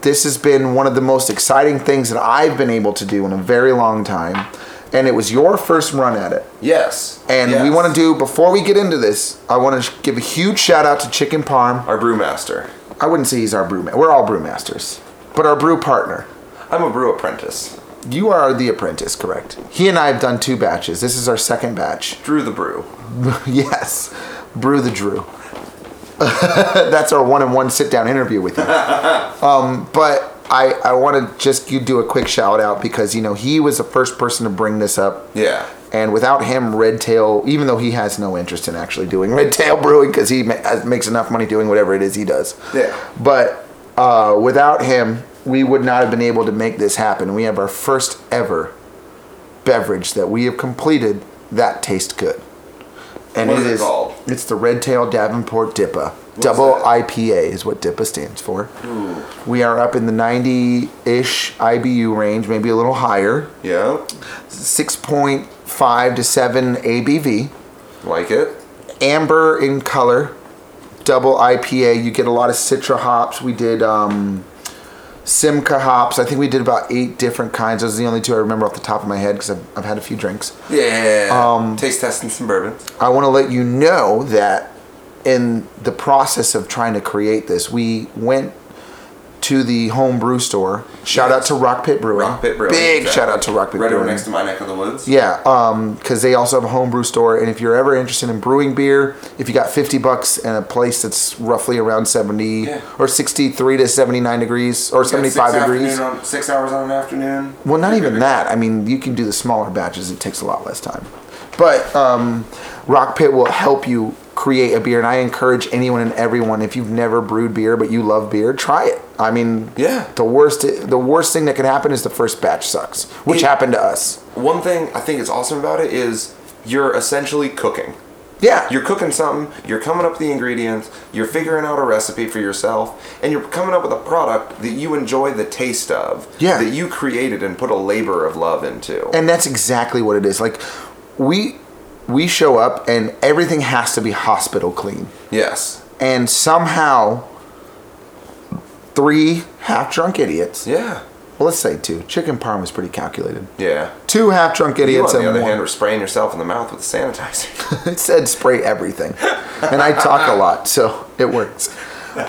S2: This has been one of the most exciting things that I've been able to do in a very long time. And it was your first run at it.
S3: Yes.
S2: And we want to do, before we get into this, I want to give a huge shout out to Chicken Parm.
S3: our brewmaster.
S2: I wouldn't say he's our brewmaster. We're all brewmasters, but our brew partner.
S3: I'm a brew apprentice.
S2: You are the apprentice, correct? He and I have done two batches. This is our second batch.
S3: Drew the brew.
S2: yes, brew the Drew. That's our one-on-one sit-down interview with you. um, but I I want to just you do a quick shout out because you know he was the first person to bring this up.
S3: Yeah.
S2: And without him, Red Tail, even though he has no interest in actually doing Red Tail Brewing because he ma- has- makes enough money doing whatever it is he does.
S3: Yeah.
S2: But uh, without him, we would not have been able to make this happen. We have our first ever beverage that we have completed that tastes good. And
S3: What is it called?
S2: It's the Red Tail Davenport Dippa.
S3: What's
S2: Double
S3: that?
S2: IPA is what DIPA stands for. We are up in the 90 ish IBU range, maybe a little higher
S3: Yeah.
S2: 6.5 to 7 ABV,
S3: Like it.
S2: amber in color, double IPA. You get a lot of Citra hops. We did um, Simca hops. I think we did about eight different kinds. Those are the only two I remember off the top of my head because I've, I've had a few drinks.
S3: Yeah. Um. Taste testing some bourbons.
S2: I want to let you know that in the process of trying to create this, we went to the home brew store. Shout out to Rock Pit Brewing.
S3: Rock Pit Brewing.
S2: Big
S3: exactly.
S2: shout out to Rock Pit
S3: Right
S2: Brewing.
S3: over next to my neck of the woods.
S2: Yeah, because they also have a homebrew store, and if you're ever interested in brewing beer, if you got 50 bucks in a place that's roughly around 70
S3: Yeah.
S2: or 63 to 79 degrees or
S3: You got
S2: 75
S3: six
S2: degrees.
S3: afternoon On, six hours on an afternoon.
S2: Well, not
S3: You're good
S2: even
S3: to
S2: that. I mean, you can do the smaller batches. It takes a lot less time. But um, Rock Pit will help you create a beer, and I encourage anyone and everyone if you've never brewed beer but you love beer, try it. I mean,
S3: Yeah.
S2: The worst, the worst thing that can happen is the first batch sucks, which
S3: It-
S2: happened to us.
S3: One thing I think is awesome about it is you're essentially cooking.
S2: Yeah,
S3: You're cooking something, you're coming up with the ingredients, you're figuring out a recipe for yourself, and you're coming up with a product that you enjoy the taste of.
S2: Yeah.
S3: That you created and put a labor of love into.
S2: and that's exactly what it is like we we show up and everything has to be hospital clean
S3: yes.
S2: and somehow three half drunk idiots
S3: Yeah.
S2: well let's say two chicken parm was pretty calculated
S3: Yeah.
S2: two half drunk
S3: You, on
S2: idiots
S3: the other
S2: and
S3: hand,
S2: one
S3: were spraying yourself in the mouth with sanitizer.
S2: it said spray everything and i talk a lot so it works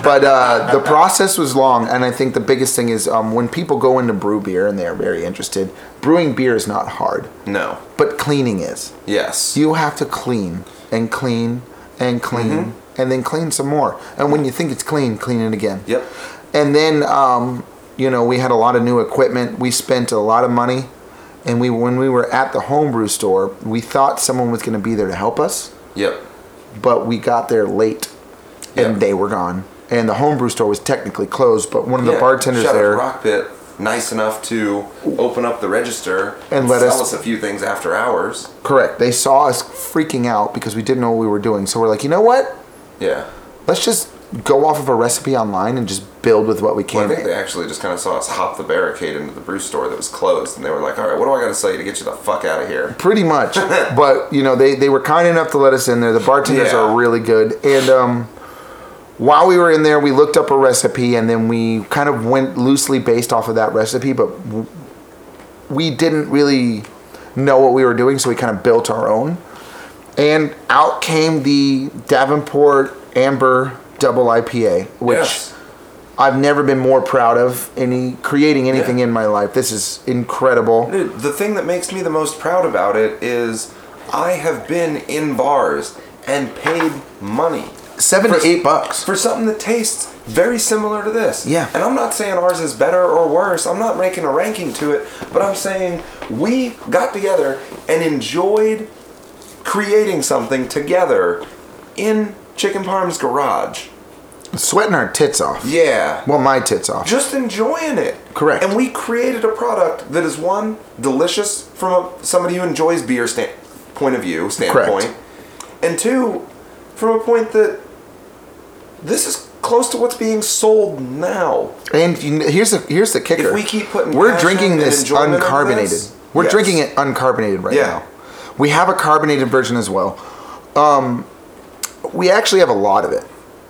S2: But uh, the process was long, and I think the biggest thing is um, when people go into brew beer and they are very interested. Brewing beer is not hard,
S3: No.
S2: but cleaning is.
S3: Yes.
S2: You have to clean and clean and clean
S3: Mm-hmm.
S2: and then clean some more. And when you think it's clean, clean it again.
S3: Yep.
S2: And then, um, you know, we had a lot of new equipment. We spent a lot of money. And we, when we were at the homebrew store, we thought someone was going to be there to help us,
S3: Yep.
S2: but we got there late and
S3: Yeah.
S2: they were gone. And the homebrew store was technically closed, but one of the
S3: Yeah,
S2: bartenders
S3: shout out to
S2: there.
S3: Rock Pit, nice enough to open up the register
S2: And let
S3: sell
S2: us-
S3: us a few things after hours.
S2: Correct. They saw us freaking out because we didn't know what we were doing. So we're like, you know what?
S3: Yeah.
S2: Let's just go off of a recipe online and just build with what we
S3: Well,
S2: can.
S3: I think they actually just kind of saw us hop the barricade into the brew store that was closed, and they were like, "All right, what do I got to sell you to get you the fuck out of here?"
S2: Pretty much. but, you know, they, they were kind enough to let us in there. The bartenders
S3: Yeah.
S2: are really good. And um, while we were in there, we looked up a recipe and then we kind of went loosely based off of that recipe, but w- we didn't really know what we were doing, so we kind of built our own. And out came the Davenport Amber Double IPA, which.
S3: Yes.
S2: I've never been more proud of any creating anything
S3: Yeah.
S2: in my life. This is incredible.
S3: Dude, the thing that makes me the most proud about it is I have been in bars and paid money
S2: Seven
S3: For-
S2: to eight bucks.
S3: for something that tastes very similar to this.
S2: Yeah.
S3: And I'm not saying ours is better or worse. I'm not making a ranking to it, but I'm saying we got together and enjoyed creating something together in Chicken Parm's garage.
S2: Sweating our tits off.
S3: Yeah.
S2: Well, my tits off.
S3: just enjoying it.
S2: Correct.
S3: And we created a product that is one delicious from a, somebody who enjoys beer stand, point of view standpoint, and two from a point that this is close to what's bening sold now.
S2: and you kn- here's the here's the kicker.
S3: If we keep putting
S2: we're
S3: passion
S2: drinking
S3: and
S2: this
S3: enjoyment into
S2: uncarbonated.
S3: this-
S2: We're
S3: Yes.
S2: drinking it uncarbonated right
S3: Yeah.
S2: now. We have a carbonated version as well. Um, we actually have a lot of it.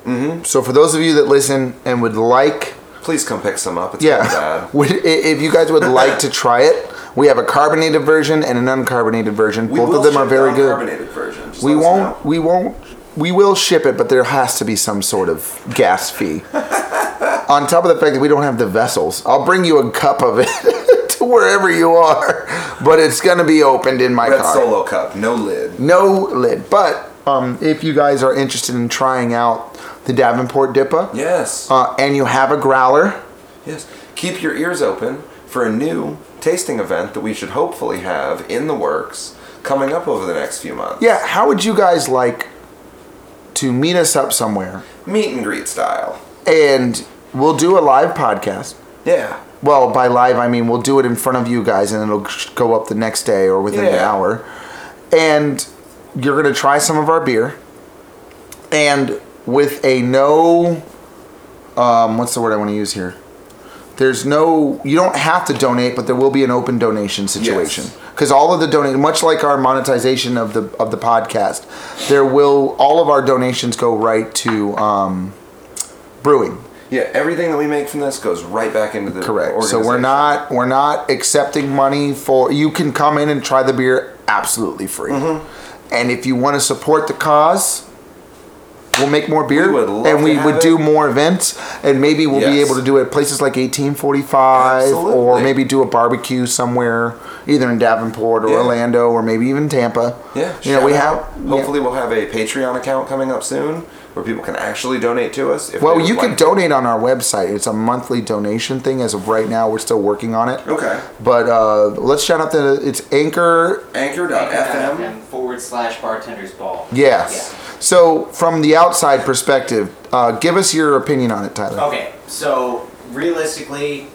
S2: Mm-hmm. So for those of you that listen and would like
S3: Please come pick some up. It's yeah.
S2: Yeah.
S3: bad.
S2: Would, i- if you guys would like to try it, we have a carbonated version and an uncarbonated version.
S3: We
S2: Both
S3: will
S2: of them are
S3: ship
S2: very
S3: the
S2: good.
S3: Carbonated version. Just
S2: We
S3: let us
S2: won't.
S3: know.
S2: We won't. We will ship it, but there has to be some sort of gas fee. On top of the fact that we don't have the vessels, I'll bring you a cup of it to wherever you are, but it's gonna be opened in my
S3: Red
S2: car.
S3: Solo cup, no lid.
S2: No lid. But um, if you guys are interested in trying out the Davenport Dippa,
S3: Yes.
S2: uh, and you have a growler,
S3: Yes. Keep your ears open for a new tasting event that we should hopefully have in the works coming up over the next few months.
S2: Yeah, how would you guys like to meet us up somewhere
S3: Meet and greet style.
S2: and we'll do a live podcast?
S3: Yeah.
S2: Well, by live, I mean we'll do it in front of you guys and it'll sh- go up the next day or within an
S3: Yeah.
S2: hour. And you're going to try some of our beer. And with a no, um, what's the word I want to use here? There's no, you don't have to donate, but there will be an open donation situation.
S3: Yes.
S2: Because all of the donate, much like our monetization of the of the podcast, there will all of our donations go right to um, brewing.
S3: Yeah, everything that we make from this goes right back into the
S2: Correct. So we're
S3: organization.
S2: not we're not accepting money for. You can come in and try the beer absolutely free.
S3: Mm-hmm.
S2: And if you want to support the cause, we'll make more beer,
S3: We would love
S2: and
S3: to
S2: we
S3: have
S2: would
S3: it.
S2: do more events, and maybe we'll be
S3: Yes.
S2: able to do it at places like 1845, or
S3: Absolutely.
S2: maybe do a barbecue somewhere, either in Davenport or
S3: Yeah.
S2: Orlando, or maybe even Tampa.
S3: Yeah,
S2: you know we have.
S3: Hopefully, we'll have a Patreon account coming up soon where people can actually donate to us. If
S2: Well,
S3: they would
S2: you
S3: like
S2: can
S3: to.
S2: donate on our website. It's a monthly donation thing. As of right now, we're still working on it.
S3: Okay.
S2: But uh, let's shout out the it's Anchor.
S3: Anchor.fm.
S5: forward slash bartender's ball.
S2: Yes.
S5: Yeah.
S2: So from the outside perspective, uh, give us your opinion on it, Tyler.
S5: Okay, so realistically,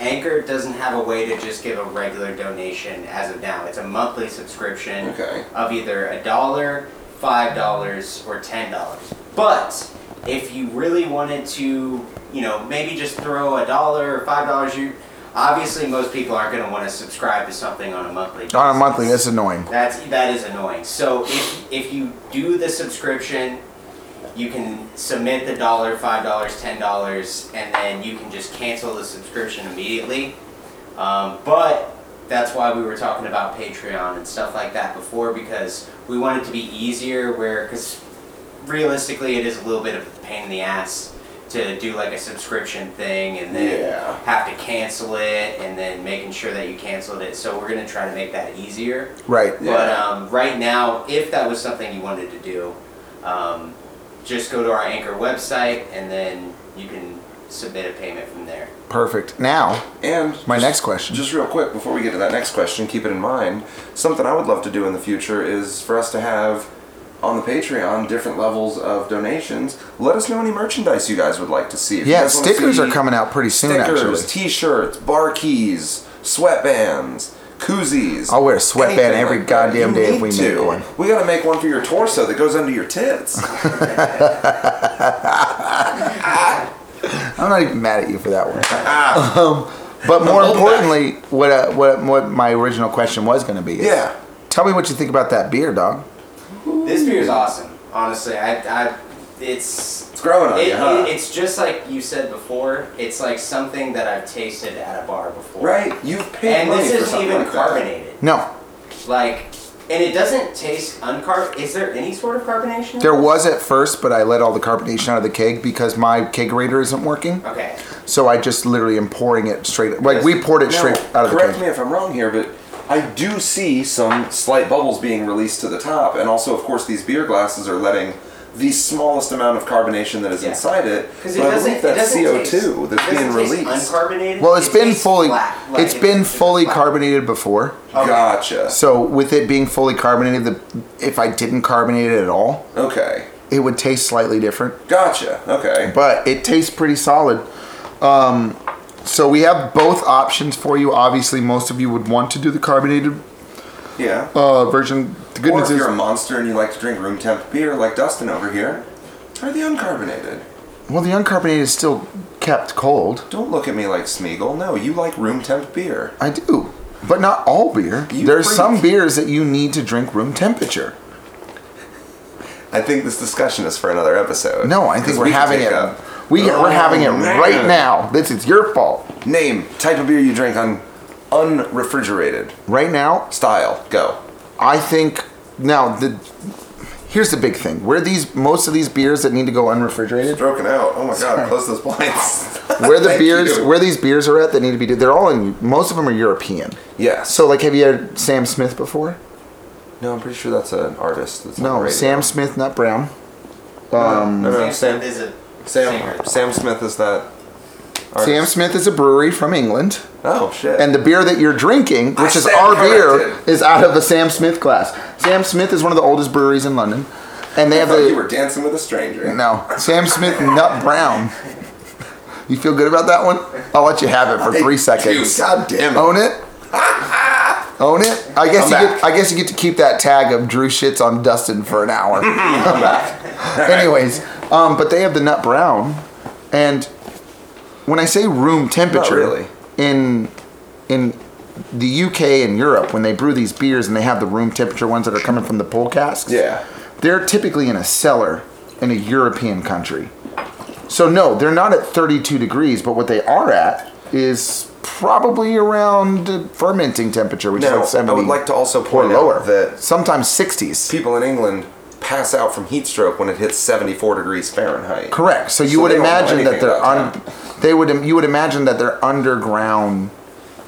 S5: Anchor doesn't have a way to just give a regular donation as of now. It's a monthly subscription
S3: Okay.
S5: of either a dollar, five dollars, or ten dollars. But if you really wanted to, you know, maybe just throw a dollar or five dollars, you obviously most people aren't going to want to subscribe to something on a monthly.
S2: On a
S5: basis.
S2: monthly, that's annoying.
S5: That's that is annoying. So if if you do the subscription, you can submit the dollar, five dollars, ten dollars, and then you can just cancel the subscription immediately. Um, but that's why we were talking about Patreon and stuff like that before because we want it to be easier. Where because realistically, it is a little bit of a pain in the ass to do like a subscription thing and then
S3: Yeah.
S5: have to cancel it and then making sure that you canceled it. So we're gonna try to make that easier.
S2: Right.
S5: But
S3: Yeah.
S5: um, right now, if that was something you wanted to do, um, just go to our Anchor website and then you can submit a payment from there.
S2: Perfect. Now,
S3: And
S2: my
S3: just-
S2: next question.
S3: Just real quick before we get to that next question, keep it in mind. Something I would love to do in the future is for us to have on the Patreon different levels of donations. Let us know any merchandise you guys would like to see. If you
S2: yeah,
S3: guys wanna
S2: stickers
S3: see
S2: are coming out pretty soon.
S3: Stickers,
S2: actually,
S3: t-shirts, bar keys, sweatbands, koozies.
S2: I'll wear a sweatband
S3: anything
S2: every
S3: like that.
S2: goddamn
S3: You
S2: day if
S3: need
S2: we make
S3: to.
S2: one.
S3: We gotta make one for your torso that goes under your tits.
S2: I'm not even mad at you for that one.
S3: Ah.
S2: um, but more importantly, what, uh, what what my original question was going to be? Is,
S3: yeah.
S2: Tell me what you think about that beer, dog.
S5: This beer is awesome. Honestly, I, I it's
S3: It's growing on
S5: it,
S3: you, huh?
S5: it- it's just like you said before. It's like something that I've tasted at a bar before.
S3: right? You've paid
S5: And
S3: money
S5: this
S3: for
S5: isn't
S3: something
S5: even
S3: like that.
S5: carbonated.
S2: No,
S5: Like, and it doesn't taste uncarb. Is there any sort of carbonation?
S2: there was at first, but I let all the carbonation out of the keg because my kegerator isn't working.
S5: Okay.
S2: So I just literally am pouring it straight. Like we poured it
S3: Now,
S2: straight out of the
S3: correct
S2: keg.
S3: me if I'm wrong here, but I do see some slight bubbles being released to the top, and also, of course, these beer glasses are letting the smallest amount of carbonation that is
S5: Yeah.
S3: inside it.
S5: Because
S3: But
S5: it
S3: I
S5: doesn't.
S3: believe
S5: it
S3: that's
S5: doesn't
S3: CO2
S5: taste-
S3: that's
S5: it
S3: being
S5: doesn't taste
S3: released.
S5: Uncarbonated.
S2: Well, it's
S5: It
S2: been
S5: tastes
S2: fully
S5: flat, like
S2: it's been
S5: tastes
S2: fully
S5: flat.
S2: carbonated before.
S5: Okay.
S3: Gotcha.
S2: So with it being fully carbonated, the, if I didn't carbonate it at all,
S3: Okay.
S2: it would taste slightly different.
S3: Gotcha. Okay.
S2: but it tastes pretty solid. Um, so we have both options for you. Obviously, most of you would want to do the carbonated
S3: yeah.
S2: uh, version. The good
S3: or
S2: news
S3: if
S2: is,
S3: you're a monster and you like to drink room temp beer, like Dustin over here, try the uncarbonated.
S2: well, the uncarbonated is still kept cold.
S3: Don't look at me like Smeagol. No, you like room temp beer.
S2: I do, but not all beer.
S3: You
S2: There's
S3: freak.
S2: some beers that you need to drink room temperature.
S3: I think this discussion is for another episode.
S2: No, I
S3: 'Cause
S2: think we're
S3: we can
S2: having
S3: take
S2: it.
S3: a-
S2: We we're having it
S3: Oh, man.
S2: right now. This is your fault.
S3: Name, type of beer you drink on unrefrigerated
S2: Right now,
S3: style. Go.
S2: I think now the here's the big thing. Where these most of these beers that need to go unrefrigerated
S3: Stroking out. Oh my god, close those blinds.
S2: where the
S3: Thank
S2: beers
S3: you.
S2: where these beers are at that need to be they're all in most of them are european
S3: Yeah.
S2: so like have you had sam smith before
S3: no, I'm pretty sure that's an artist. That's on the
S2: no
S3: radio.
S2: sam smith not brown
S3: Um, no, no, Sam.
S5: Sam Smith is a singer.
S3: Sam. Sam Smith is that. Artist.
S2: sam smith is a brewery from england
S3: Oh shit.
S2: and the beer that you're drinking which
S3: I
S2: is
S3: said
S2: our beer
S3: corrected.
S2: is out of a sam smith glass sam smith is one of the oldest breweries in london and they
S3: I
S2: have
S3: thought you
S2: the
S3: were dancing with a stranger.
S2: no sam smith nut brown you feel good about that one i'll let you have it for three seconds Oh,
S3: Dude, god damn it.
S2: Own it. Own it. I guess
S3: I'm
S2: you
S3: back.
S2: get. I guess you get to keep that tag of Drew shits on Dustin for an hour. Anyways, um, but they have the nut brown, and when I say room temperature,
S3: really.
S2: in in the UK and Europe, when they brew these beers and they have the room temperature ones that are coming from the pull casks,
S3: Yeah.
S2: they're typically in a cellar in a European country. So no, they're not at 32 degrees, but what they are at is probably around fermenting temperature, which
S3: Now,
S2: is like 70
S3: I would like to also
S2: or
S3: point
S2: lower.
S3: out that
S2: Sometimes 60s.
S3: people in England pass out from heat stroke when it hits 74 degrees Fahrenheit.
S2: Correct. So you
S3: So
S2: would
S3: they don't know
S2: imagine that
S3: anything
S2: they're
S3: about
S2: on. They would. You would imagine that they're underground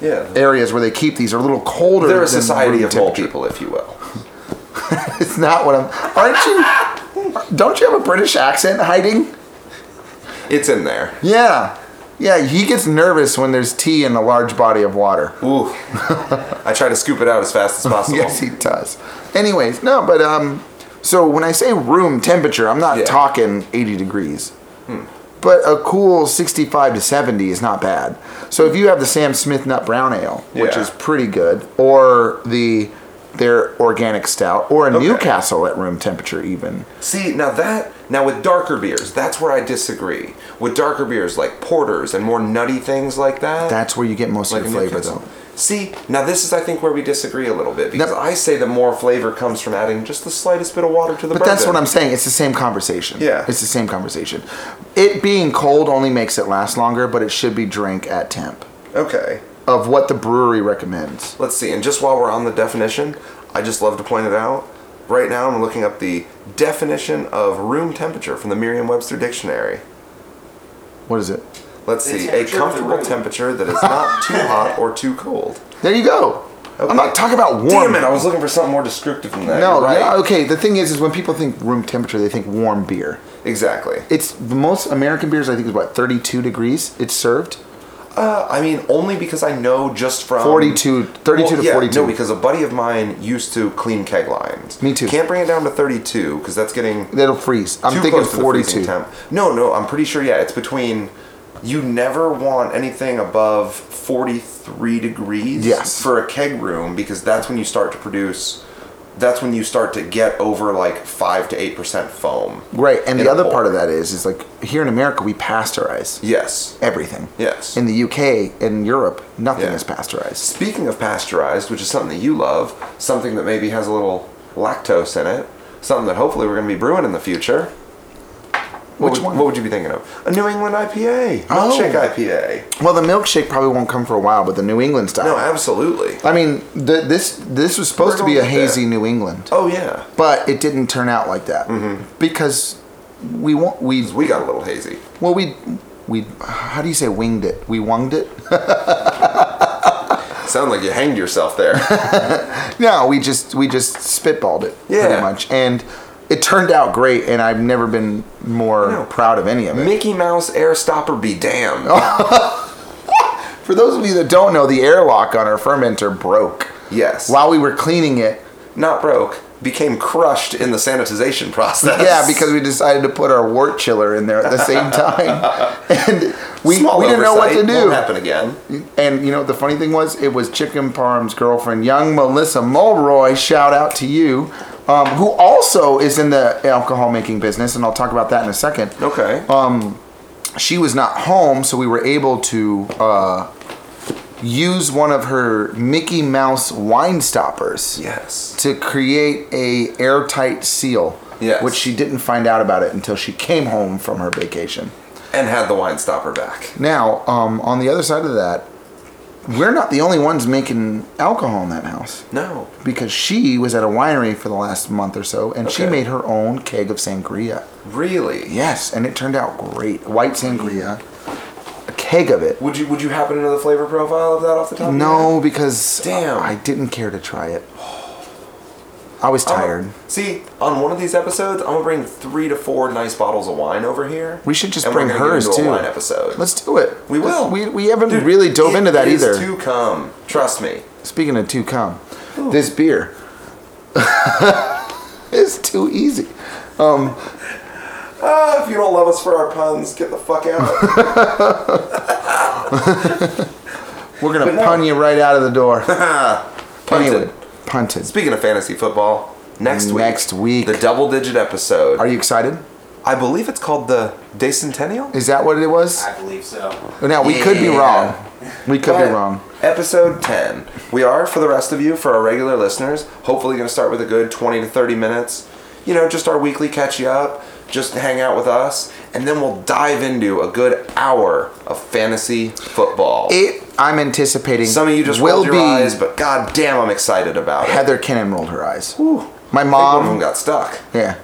S3: Yeah.
S2: areas where they keep these are a little colder.
S3: They're a
S2: than
S3: society
S2: room
S3: of whole
S2: temperature.
S3: people, if you will.
S2: It's not what I'm. Aren't you? Don't you have a British accent hiding?
S3: It's in there.
S2: Yeah. Yeah, he gets nervous when there's tea in a large body of water.
S3: Ooh. I try to scoop it out as fast as possible.
S2: Yes, he does. Anyways, no, but um, so when I say room temperature, I'm not
S3: Yeah. Hmm.
S2: talking 80 degrees. But a cool 65 to 70 is not bad. So if you have the Sam Smith Nut Brown Ale, which
S3: Yeah.
S2: is pretty good, or the their organic stout, or a
S3: Okay.
S2: Newcastle at room temperature, even.
S3: See, now that, now with darker beers, that's where I disagree. With darker beers like porters and more nutty things like that.
S2: That's where you get most
S3: like
S2: of
S3: a
S2: your flavor,
S3: Newcastle.
S2: though.
S3: See, now this is, I think, where we disagree a little bit because
S2: Nope.
S3: I say the more flavor comes from adding just the slightest bit of water to the
S2: But that's
S3: bourbon.
S2: what I'm saying. It's the same conversation.
S3: Yeah.
S2: It's the same conversation. It being cold only makes it last longer, but it should be drank at temp
S3: Okay.
S2: of what the brewery recommends.
S3: Let's see, and just while we're on the definition, I just love to point it out. Right now, I'm looking up the definition of room temperature from the Merriam Webster Dictionary.
S2: What is it?
S3: Let's
S5: The
S3: see, a
S5: temperature of the
S3: comfortable
S5: room.
S3: temperature that is not too hot or too cold.
S2: There you go.
S3: Okay.
S2: I'm not talking about warm.
S3: Damn it! I was looking for something more descriptive than that.
S2: no,
S3: You're right?
S2: yeah, okay. The thing is, is when people think room temperature, they think warm beer.
S3: Exactly.
S2: It's the most American beers. I think is what 32 degrees. It's served.
S3: Uh, I mean, only because I know just from
S2: 42 32 to
S3: yeah,
S2: 42.
S3: No, because a buddy of mine used to clean keg lines.
S2: Me too.
S3: Can't bring it down to thirty-two because that's getting
S2: That'll freeze. I'm
S3: too
S2: thinking
S3: close to the freezing
S2: 42.
S3: temp. No, no, I'm pretty sure. Yeah, it's between. You never want anything above forty-three degrees.
S2: Yes.
S3: For a keg room, because that's when you start to produce. That's when you start to get over like five to eight percent foam.
S2: Right. And
S3: in
S2: the
S3: a
S2: other
S3: bowl.
S2: part of that is, is like here in America we pasteurize
S3: Yes.
S2: everything.
S3: Yes.
S2: In the UK and Europe, nothing
S3: Yeah.
S2: is pasteurized.
S3: Speaking of pasteurized, which is something that you love, something that maybe has a little lactose in it, something that hopefully we're going to be brewing in the future. What
S2: Which
S3: would,
S2: one?
S3: What would you be thinking of? A New England IPA, milkshake
S2: Oh.
S3: IPA.
S2: Well, the milkshake probably won't come for a while, but the New England style.
S3: No, absolutely.
S2: I mean, th- this this was supposed to
S3: We're
S2: be a
S3: gonna get
S2: hazy
S3: there.
S2: New England,
S3: Oh yeah,
S2: but it didn't turn out like that
S3: Mm-hmm.
S2: because we want we
S3: we got a little hazy.
S2: well we we how do you say winged it? We wunged it?
S3: Sound like you hanged yourself there.
S2: no, we just we just spitballed it
S3: Yeah.
S2: pretty much, and it turned out great. And I've never been more
S3: No.
S2: proud of any of it.
S3: Mickey Mouse air stopper be damned.
S2: Oh. For those of you that don't know, the airlock on our fermenter broke
S3: Yes.
S2: while we were cleaning it.
S3: Not broke. Became crushed in the sanitization process.
S2: Yeah, because we decided to put our wort chiller in there at the same time, and we,
S3: Small
S2: we didn't know what to
S3: oversight.
S2: do.
S3: Won't happen again.
S2: And you know what the funny thing was? It was Chicken Parm's girlfriend, young Melissa Mulroy. Shout out to you, um, who also is in the alcohol making business, and I'll talk about that in a second.
S3: Okay.
S2: She was not home, so we were able to uh, use one of her Mickey Mouse wine stoppers
S3: yes.
S2: to create a airtight seal.
S3: Yes.
S2: Which she didn't find out about it until she came home from her vacation.
S3: And had the wine stopper back.
S2: Now, um, on the other side of that, we're not the only ones making alcohol in that house
S3: No.
S2: because she was at a winery for the last month or so and she
S3: Okay.
S2: made her own keg of sangria.
S3: Really?
S2: Yes, and it turned out great. White sangria, a keg of it.
S3: Would you would you happen to know the flavor profile of that off the top? Of your
S2: No, because
S3: Damn.
S2: I didn't care to try it. I was
S3: head?
S2: tired.
S3: I'm- Uh-huh. see, on one of these episodes, I'm gonna bring three to four nice bottles of wine over here.
S2: We should just
S3: and
S2: bring
S3: we're gonna get
S2: hers
S3: into a
S2: too.
S3: wine episode.
S2: Let's do it.
S3: we will.
S2: We, we haven't
S3: Dude,
S2: really dove
S3: it
S2: into that
S3: is
S2: either.
S3: To come, trust me.
S2: Speaking of two cum, this beer is too easy.
S3: Ah, if you don't love us for our puns, get the fuck out.
S2: We're gonna
S3: But no.
S2: pun you right out of the door.
S3: Punted.
S2: Anyway, punted.
S3: Speaking of fantasy football, next week.
S2: Next week.
S3: The double digit episode.
S2: Are you excited?
S3: I believe it's called the Decentennial.
S2: Is that what it was?
S5: I believe so.
S2: Now we could be
S3: Yeah.
S2: wrong. We could be
S3: But
S2: wrong.
S3: Episode 10. We are, for the rest of you, for our regular listeners, hopefully going to start with a good 20 to 30 minutes. You know, just our weekly catch you up, just hang out with us, and then we'll dive into a good hour of fantasy football.
S2: It. I'm anticipating.
S3: Some of you just
S2: will
S3: rolled your
S2: be.
S3: eyes, but god damn, I'm excited about it.
S2: Heather Cannon rolled her eyes.
S3: Whew.
S2: My
S3: I think one of them
S2: mom.
S3: got stuck.
S2: Yeah.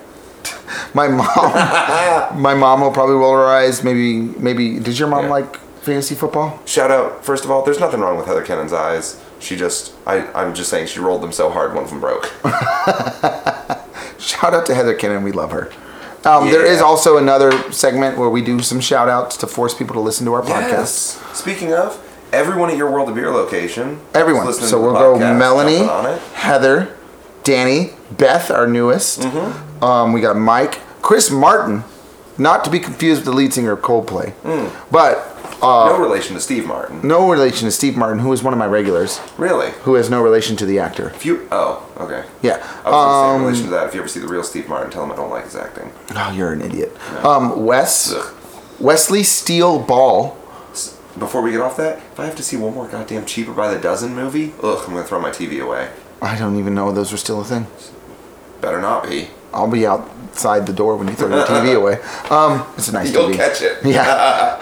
S2: My mom. my mom will probably roll her eyes. Maybe. Maybe. Did your mom
S3: Yeah.
S2: like fantasy football?
S3: Shout out, first of all, there's nothing wrong with Heather Cannon's eyes. She just, I, I'm just saying, she rolled them so hard, one of them broke.
S2: Shout out to Heather Cannon. We love her. Um, There is
S3: Yeah.
S2: also another segment where we do some shout outs to force people to listen to our podcast.
S3: Yes. Speaking of, everyone at your World of Beer location.
S2: Everyone.
S3: is listening
S2: So
S3: to the
S2: we'll go
S3: podcast,
S2: Melanie,
S3: jumping on it.
S2: Heather, Danny, Beth, our newest.
S3: Mm-hmm.
S2: Um, we got Mike, Chris Martin, not to be confused with the lead singer of Coldplay,
S3: Mm.
S2: but
S3: no relation to Steve Martin.
S2: no relation to Steve Martin, who is one of my regulars,
S3: Really?
S2: who has no relation to the actor.
S3: If you, oh, okay.
S2: Yeah.
S3: I was gonna say in
S2: Um,
S3: relation to that, if you ever see the real Steve Martin, tell him I don't like his acting.
S2: Oh, you're an idiot. Um, Wes,
S3: Ugh.
S2: Wesley Steele Ball.
S3: S- Before we get off that, if I have to see one more goddamn Cheaper by the Dozen movie, ugh, I'm gonna throw my TV away.
S2: I don't even know those were still a thing.
S3: Better not be.
S2: I'll be outside the door when you throw your TV away. Um, it's a nice
S3: You'll
S2: TV.
S3: catch it.
S2: Yeah.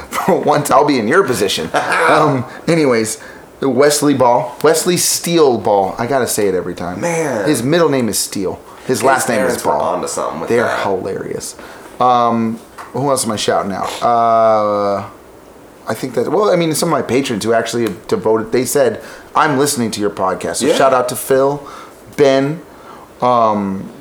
S2: For once, I'll be in your position. Um, anyways, the Wesley Ball, Wesley Steele Ball. I gotta say it every time.
S3: Man.
S2: his middle name is Steele. His,
S3: His
S2: last name is
S3: parents were
S2: Ball.
S3: onto something with
S2: They're
S3: that.
S2: hilarious. Um, who else am I shouting out? Uh, I think that well, I mean, some of my patrons who actually have devoted. They said, "I'm listening to your podcast." So
S3: Yeah.
S2: shout out to Phil, Ben.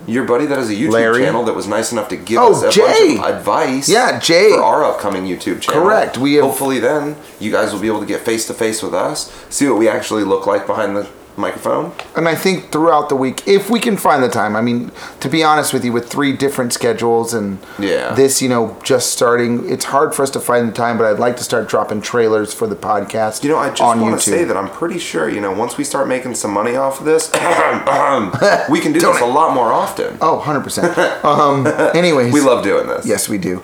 S3: Your buddy that has a YouTube
S2: Larry?
S3: channel that was nice enough to give
S2: Oh,
S3: us a
S2: Jay!
S3: bunch of advice.
S2: Yeah, Jay.
S3: For our upcoming YouTube channel.
S2: Correct, we have-
S3: Hopefully, then you guys will be able to get face to face with us, see what we actually look like behind the microphone.
S2: and I think throughout the week, if we can find the time. I mean, to be honest with you, with three different schedules and
S3: Yeah.
S2: this, you know, just starting, it's hard for us to find the time. But I'd like to start dropping trailers for the podcast.
S3: You know, I just
S2: on
S3: want
S2: YouTube.
S3: to say that I'm pretty sure. You know, once we start making some money off of this, we can do this a lot more often.
S2: Oh, 100 percent. Um. Anyways,
S3: We love doing this.
S2: Yes, we do.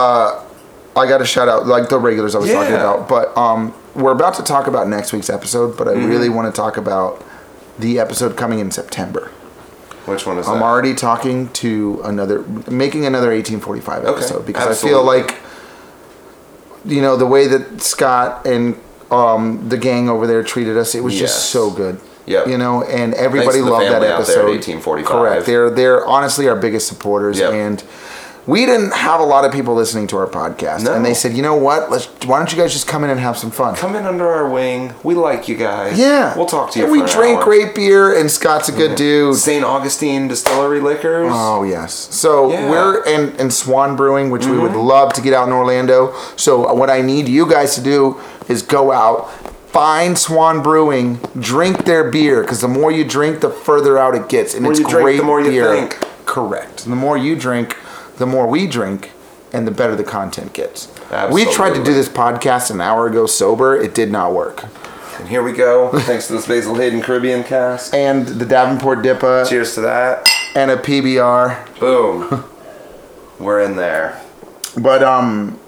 S2: Uh, I got to shout out like the regulars I was talking
S3: Yeah.
S2: about, but um, we're about to talk about next week's episode. But I
S3: Mm-hmm.
S2: really want to talk about the episode coming in September.
S3: Which one is
S2: I'm
S3: that?
S2: already talking to another, making another 1845
S3: Okay,
S2: episode because I feel
S3: absolutely.
S2: like, you know, the way that Scott and um, the gang over there treated us, it was
S3: Yes.
S2: just so good.
S3: Yep.
S2: You know, and
S3: Thanks
S2: everybody
S3: to the
S2: loved that
S3: family out there at
S2: episode.
S3: 1845.
S2: Correct. They're they're honestly our biggest supporters,
S3: Yep.
S2: and we didn't have a lot of people listening to our podcast,
S3: No.
S2: and they said, you know what? Let's. Why don't you guys just come in and have some fun?
S3: Come in under our wing. We like you guys.
S2: yeah,
S3: We'll talk to you.
S2: And
S3: for
S2: we
S3: an
S2: drank
S3: hour. Mm-hmm.
S2: great beer, and Scott's a good dude.
S3: St. Augustine Distillery Liquors.
S2: Oh yes. So
S3: Yeah. Mm-hmm.
S2: we're in, in Swan Brewing, which we would love to get out in Orlando. So what I need you guys to do is go out, find Swan Brewing, drink their beer, because the more you drink, the further out it gets, and
S3: more
S2: it's
S3: you drink, the
S2: great
S3: more you
S2: beer.
S3: think.
S2: Correct. The more you drink, the more we drink. And the better the content gets. We tried to
S3: Absolutely.
S2: do this podcast an hour ago sober. It did not work.
S3: And here we go. Thanks to this Basil Hayden Caribbean cast.
S2: And the Davenport Dippa
S3: Cheers to that.
S2: and a PBR.
S3: Boom. We're in there.
S2: But um,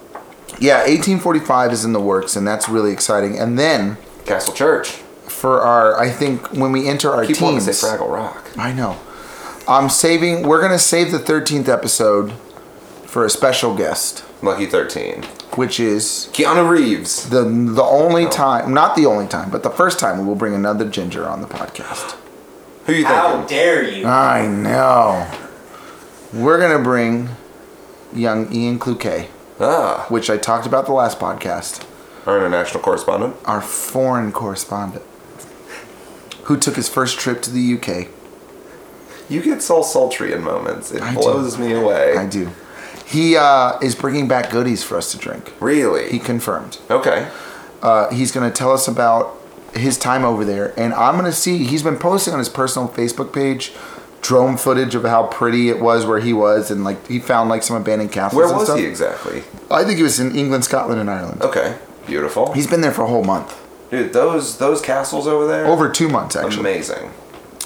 S2: yeah, 1845 is in the works, and that's really exciting. And then
S3: Castle Church.
S2: for our, I think when we enter our
S3: Keep wanting
S2: teams,
S3: to say Fraggle Rock.
S2: I know. I'm saving. We're gonna save the 13th episode for a special guest,
S3: Lucky 13.
S2: which is
S3: Keanu Reeves.
S2: the the only time, not the only time, but the first time we will bring another ginger on the podcast.
S3: Who you
S5: How
S3: thinking?
S5: dare you?
S2: I know. We're gonna bring young Ian Cloquet,
S3: Ah,
S2: which I talked about the last podcast.
S3: our international correspondent.
S2: our foreign correspondent, who took his first trip to the UK.
S3: You get so sultry in moments. It
S2: I do.
S3: blows me away.
S2: I do. He uh, is bringing back goodies for us to drink.
S3: Really?
S2: He confirmed.
S3: okay.
S2: Uh, he's going to tell us about his time over there, and I'm going to see. He's been posting on his personal Facebook page drone footage of how pretty it was where he was, and like he found like some abandoned castles.
S3: Where
S2: and
S3: was
S2: stuff.
S3: he exactly?
S2: I think he was in England, Scotland, and Ireland.
S3: Okay. Beautiful.
S2: He's been there for a whole month,
S3: Dude, those those castles over there.
S2: over two months Oh, actually.
S3: Amazing.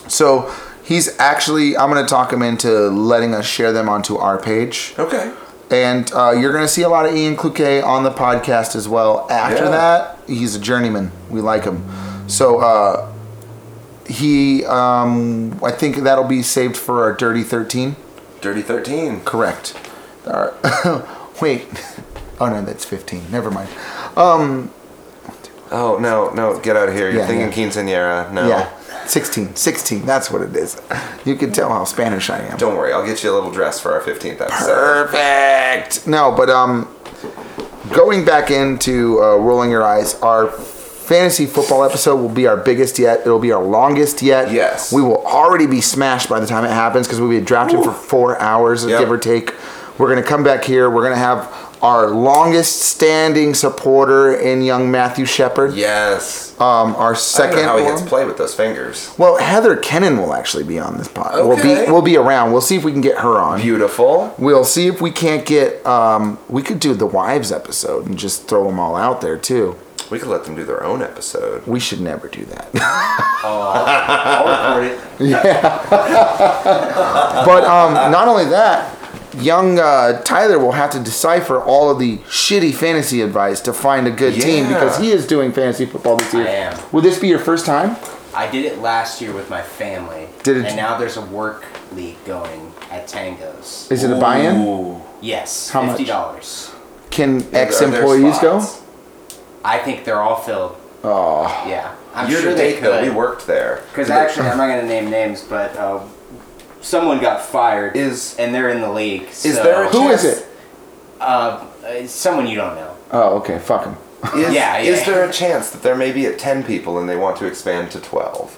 S2: So he's actually, I'm going to talk him into letting us share them onto our page.
S3: Okay.
S2: And uh, you're going to see a lot of Ian Cloquet on the podcast as well. After
S3: Yeah.
S2: that, he's a journeyman. We like him. So uh, he, um, I think that'll be saved for our Dirty 13.
S3: Dirty 13.
S2: Correct. Our- wait. Oh no, that's 15. Never mind.
S3: Oh, no, no, get out of here. You're
S2: Yeah,
S3: thinking
S2: yeah.
S3: quinceanera. No.
S2: Yeah. 16. 16. That's what it is. You can tell how Spanish I am.
S3: Don't worry, I'll get you a little dress for our 15th episode.
S2: Perfect. No, but um, going back into uh, rolling your eyes, our fantasy football episode will be our biggest yet. It'll be our longest yet.
S3: Yes.
S2: we will already be smashed by the time it happens because we'll be drafted for four hours,
S3: Yep.
S2: give or take. We're gonna come back here. We're gonna have our longest standing supporter in young Matthew Shepard.
S3: Yes.
S2: Um, our
S3: I
S2: second.
S3: don't know how he
S2: one-
S3: gets play with those fingers.
S2: well, Heather Kennan will actually be on this pod. We'll
S3: Okay.
S2: be we'll be around. We'll see if we can get her on.
S3: Beautiful.
S2: We'll see if we can't get. Um, we could do the wives episode and just throw them all out there too.
S3: We could let them do their own episode.
S2: We should never do that.
S3: Oh,
S5: I'll record it.
S2: but um, not only that, young uh, Tyler will have to decipher all of the shitty fantasy advice to find a good team
S3: Yeah.
S2: because he is doing fantasy football this year.
S5: I am.
S2: Will this be your first time?
S5: I did it last year with my family.
S2: Did it-
S5: And now there's a work league going at Tango's.
S2: Is it a buy-in?
S3: Ooh.
S5: Yes,
S2: How much?
S5: fifty dollars.
S2: Can
S3: Are there
S2: ex-employees go?
S3: spots?
S5: I think they're all filled.
S2: Oh,
S5: Yeah, I'm
S3: Year
S5: sure
S3: to
S5: they
S3: date, though, we
S5: could.
S3: worked there.
S5: Because actually, I'm not gonna name names, but uh, someone got fired,
S3: Is-
S5: and they're in the league.
S3: Is
S5: so-
S3: there a
S2: Who is
S3: chance-
S2: it?
S5: Uh, uh, someone you don't know.
S2: Oh, okay. Fuck him.
S3: Is,
S5: Yeah, yeah.
S3: is there a chance that there may be at 10 people and they want to expand to 12?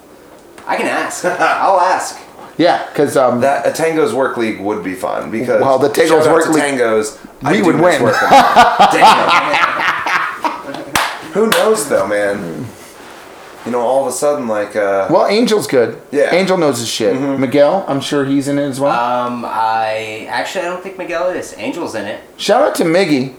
S5: I can ask. I'll ask.
S2: Yeah, because um,
S3: That a Tango's Work League would be fun because
S2: Well, the Tango's
S3: shout out
S2: Work
S3: to
S2: League-
S3: Tangos, I
S2: we
S3: do
S2: would
S3: miss
S2: win.
S3: working. Damn. Who knows though, man? You know, all of a sudden, like, uh,
S2: well, Angel's good.
S3: Yeah.
S2: Angel knows his shit.
S5: Mm-hmm.
S2: Miguel, I'm sure he's in it as well.
S5: Um, I actually I don't think Miguel is. Angel's in it.
S2: Shout out to Miggy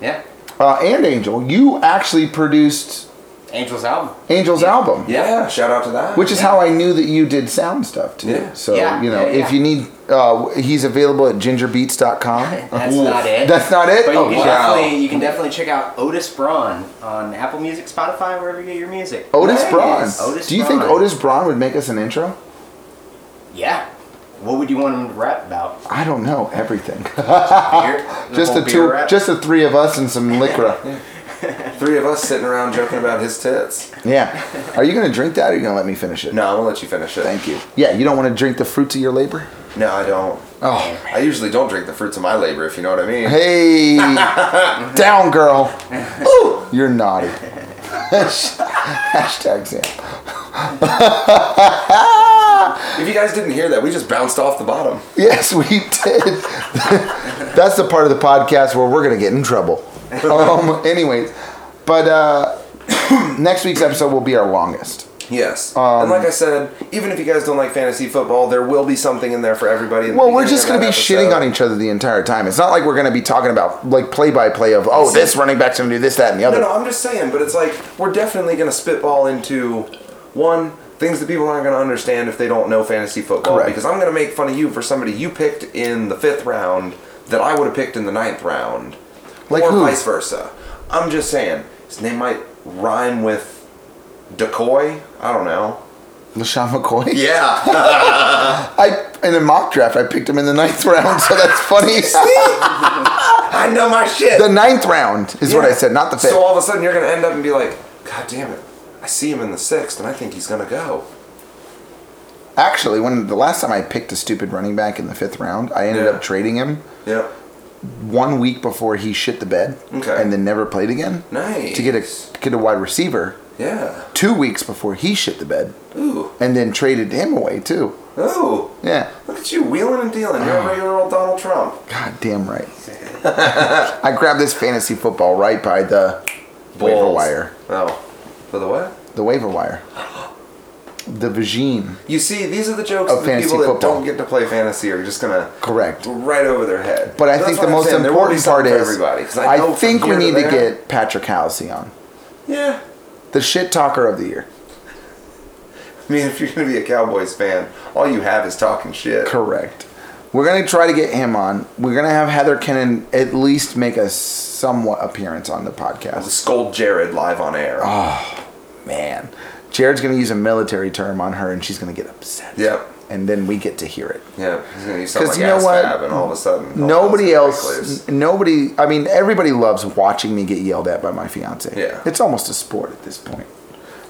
S5: Yeah,
S2: uh, and Angel. You actually produced
S5: Angel's album.
S2: Angel's album,
S3: yeah. Shout out to that.
S2: which is how I knew that you did sound stuff too.
S3: Yeah.
S2: So
S5: Yeah,
S2: you know,
S5: yeah,
S2: if
S5: yeah.
S2: you need, uh, he's available at gingerbeats.com.
S5: That's not it.
S2: That's not it.
S5: But you
S2: oh
S5: can
S2: wow.
S5: definitely you can definitely check out Otis Braun on Apple Music, Spotify, wherever you get your music.
S2: Otis
S3: Nice.
S2: Braun.
S5: Otis
S2: Do you think
S5: Braun.
S2: Otis Braun would make us an intro?
S5: Yeah. What would you want him to rap about?
S2: I don't know everything.
S5: Beer?
S2: just
S5: whole
S2: the
S5: beer
S2: two,
S5: rap?
S2: just the three of us and some liquor.
S3: three of us sitting around joking about his tits.
S2: yeah. Are you gonna drink that? or Are you gonna let me finish it?
S3: No, I'm gonna let you finish it.
S2: Thank you. Yeah, you don't want to drink the fruits of your labor.
S3: No, I don't.
S2: Oh.
S3: I usually don't drink the fruits of my labor, if you know what I mean.
S2: Hey, down girl. Ooh, you're naughty. Hashtag Sam.
S3: If you guys didn't hear that, we just bounced off the bottom.
S2: Yes, we did. That's the part of the podcast where we're gonna get in trouble. Um, anyways, but uh, next week's episode will be our longest.
S3: Yes. and
S2: Um,
S3: like I said, even if you guys don't like fantasy football, there will be something in there for everybody. in the
S2: Well, we're
S3: beginning
S2: just
S3: of
S2: going to
S3: that
S2: be
S3: episode.
S2: shitting on each other the entire time. It's not like we're going to be talking about like play by play of oh this running back's going to do this that and the other.
S3: No, no, I'm just saying, but it's like we're definitely going to spitball into one things that people aren't going to understand if they don't know fantasy football.
S2: Correct.
S3: Because I'm going to make fun of you for somebody you picked in the fifth round that I would have picked in the ninth round,
S2: Like
S3: or
S2: who?
S3: vice versa. I'm just saying his name might rhyme with decoy. I don't know.
S2: LaShawn McCoy.
S3: Yeah.
S2: I in a mock draft I picked him in the ninth round, so that's funny.
S3: I know my shit.
S2: the ninth round is what I
S3: Yeah.
S2: said, not the fifth.
S3: So all of a sudden you're gonna end up and be like, God damn it, I see him in the sixth and I think he's gonna go.
S2: Actually, when the last time I picked a stupid running back in the fifth round, I ended
S3: Yeah.
S2: up trading him
S3: Yeah.
S2: one week before he shit the bed,
S3: Okay.
S2: and then never played again.
S3: Nice.
S2: To get a get a wide receiver
S3: Yeah.
S2: two weeks before he shit the bed,
S3: Ooh.
S2: and then traded him away too.
S3: Ooh.
S2: Yeah.
S3: Look at you wheeling and dealing. You're a regular old Donald Trump.
S2: God damn right. I grabbed this fantasy football right by the waiver
S3: Balls.
S2: wire.
S3: Oh. For the what?
S2: The waiver wire. The vagine.
S3: You see, these are the jokes
S2: Of
S3: of the
S2: Oh, fantasy
S3: people that
S2: football.
S3: don't get to play fantasy are just gonna
S2: Correct.
S3: right over their head.
S2: But I
S3: That's
S2: think
S3: what
S2: the
S3: I'm
S2: most
S3: saying. There will be
S2: important part
S3: something
S2: is
S3: for everybody. 'cause
S2: I,
S3: know from
S2: think we
S3: here
S2: need to
S3: there-
S2: get Patrick Halsey on.
S3: Yeah.
S2: The shit talker of the year.
S3: I mean, if you're gonna be a Cowboys fan, all you have is talking shit.
S2: Correct. We're gonna try to get him on. We're gonna have Heather Kennan at least make a somewhat appearance on the podcast.
S3: Scold Jared live on air.
S2: Ah. Man. Jared's gonna use a military term on her and she's gonna get upset.
S3: Yep.
S2: And then we get to hear it.
S3: Yeah, he's gonna use something
S2: 'Cause
S3: like
S2: you know
S3: ass
S2: what?
S3: fab, and all of a sudden all
S2: Nobody
S3: hell's gonna break
S2: else,
S3: loose.
S2: n- nobody. I mean, everybody loves watching me get yelled at by my fiance.
S3: Yeah.
S2: it's almost a sport at this point.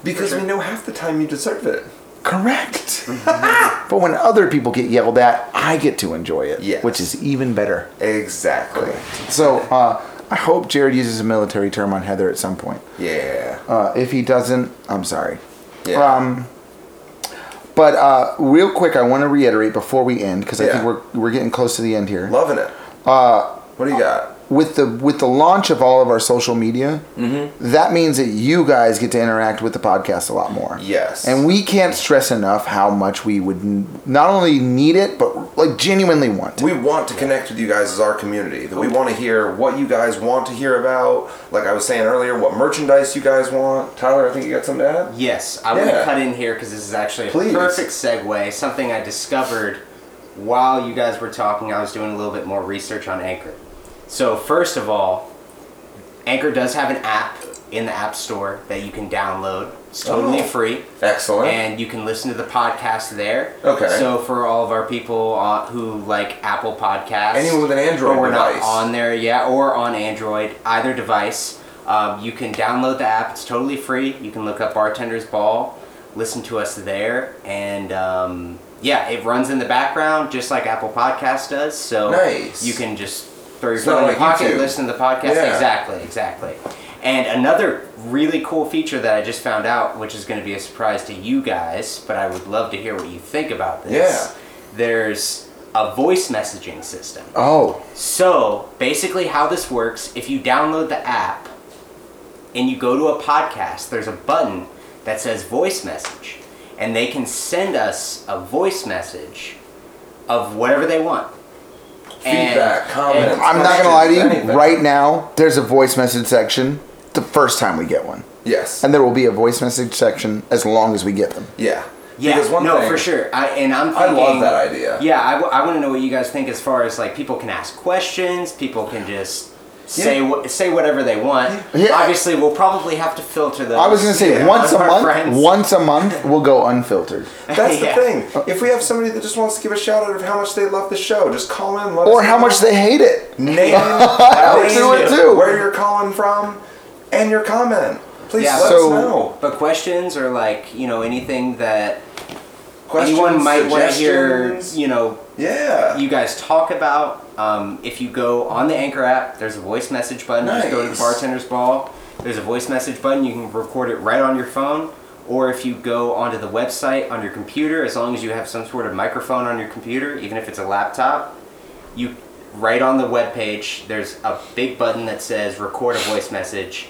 S3: because we know half the time you deserve it.
S2: Correct. but when other people get yelled at, I get to enjoy it.
S3: Mm-hmm. Yes.
S2: which is even better.
S3: Exactly.
S2: So uh, I hope Jared uses a military term on Heather at some point.
S3: Yeah.
S2: Uh, if he doesn't, I'm sorry.
S3: Yeah.
S2: Um, but uh, real quick, I want to reiterate before we end because I
S3: Yeah.
S2: think we're we're getting close to the end here.
S3: Loving it. Uh, what do you got?
S2: with the with the launch of all of our social media,
S3: Mm-hmm.
S2: that means that you guys get to interact with the podcast a lot more.
S3: Yes.
S2: and we can't stress enough how much we would n- not only need it but like genuinely want. it.
S3: We want to connect with you guys as our community. That we want to hear what you guys want to hear about. Like I was saying earlier, what merchandise you guys want. Tyler, I think you got something to add.
S5: Yes, I want
S3: Yeah.
S5: to cut in here because this is actually a
S3: Please.
S5: perfect segue. Something I discovered while you guys were talking, I was doing a little bit more research on Anchor. So, first of all, Anchor does have an app in the App Store that you can download. It's totally
S3: Oh.
S5: free.
S3: Excellent.
S5: And you can listen to the podcast there.
S3: Okay.
S5: So for all of our people uh, who like Apple Podcasts,
S3: Anyone with an Android
S5: or we're
S3: device.
S5: not on there yet, or on Android, either device, um, you can download the app. It's totally free. You can look up Bartender's Ball, listen to us there, and um, yeah, it runs in the background just like Apple Podcasts does. So
S3: Nice.
S5: you can just for your
S3: It's
S5: phone
S3: not
S5: in your
S3: like
S5: pocket,
S3: YouTube.
S5: listen to the podcast.
S3: Yeah.
S5: Exactly, exactly. And another really cool feature that I just found out, which is going to be a surprise to you guys, but I would love to hear what you think about this. Yeah. There's a voice messaging system.
S2: Oh,
S5: So basically, how this works if you download the app and you go to a podcast, there's a button that says voice message, and they can send us a voice message of whatever they want. And-
S3: Feedback, comments.
S5: and-
S2: I'm not gonna lie to you.
S3: Anything.
S2: Right now, there's a voice message section. The first time we get one,
S3: Yes.
S2: and there will be a voice message section as long as we get them.
S3: yeah.
S5: yeah,
S3: Because one
S5: no,
S3: thing,
S5: for sure. I, and I'm
S3: I
S5: thinking,
S3: love that idea.
S5: Yeah, I, want to know what you guys think as far as like people can ask questions, people can just say what say whatever they want.
S2: Yeah.
S5: Obviously, we'll probably have to filter those.
S2: I was gonna say
S5: Yeah.
S2: once a
S5: Of our
S2: month.
S5: friends.
S2: Once a month, we'll go unfiltered.
S3: That's
S5: Yeah.
S3: the thing. If we have somebody that just wants to give a shout out of how much they love the show, just call in. Let
S2: Or
S3: us
S2: how
S3: know.
S2: much they hate it.
S3: name,
S2: We'll do it
S3: do
S2: too.
S3: where you're calling from, and your comment. Please
S5: Yeah,
S3: let
S2: so-
S3: us know.
S5: But questions or like you know anything that
S3: Questions,
S5: anyone might want to hear,
S3: suggestions.
S5: you know,
S3: Yeah.
S5: you guys talk about. Um, if you go on the Anchor app, there's a voice message button. Just go to the
S3: Nice.
S5: Bartender's Ball. There's a voice message button. You can record it right on your phone. Or if you go onto the website on your computer, as long as you have some sort of microphone on your computer, even if it's a laptop, you right on the web page. There's a big button that says "Record a voice message,"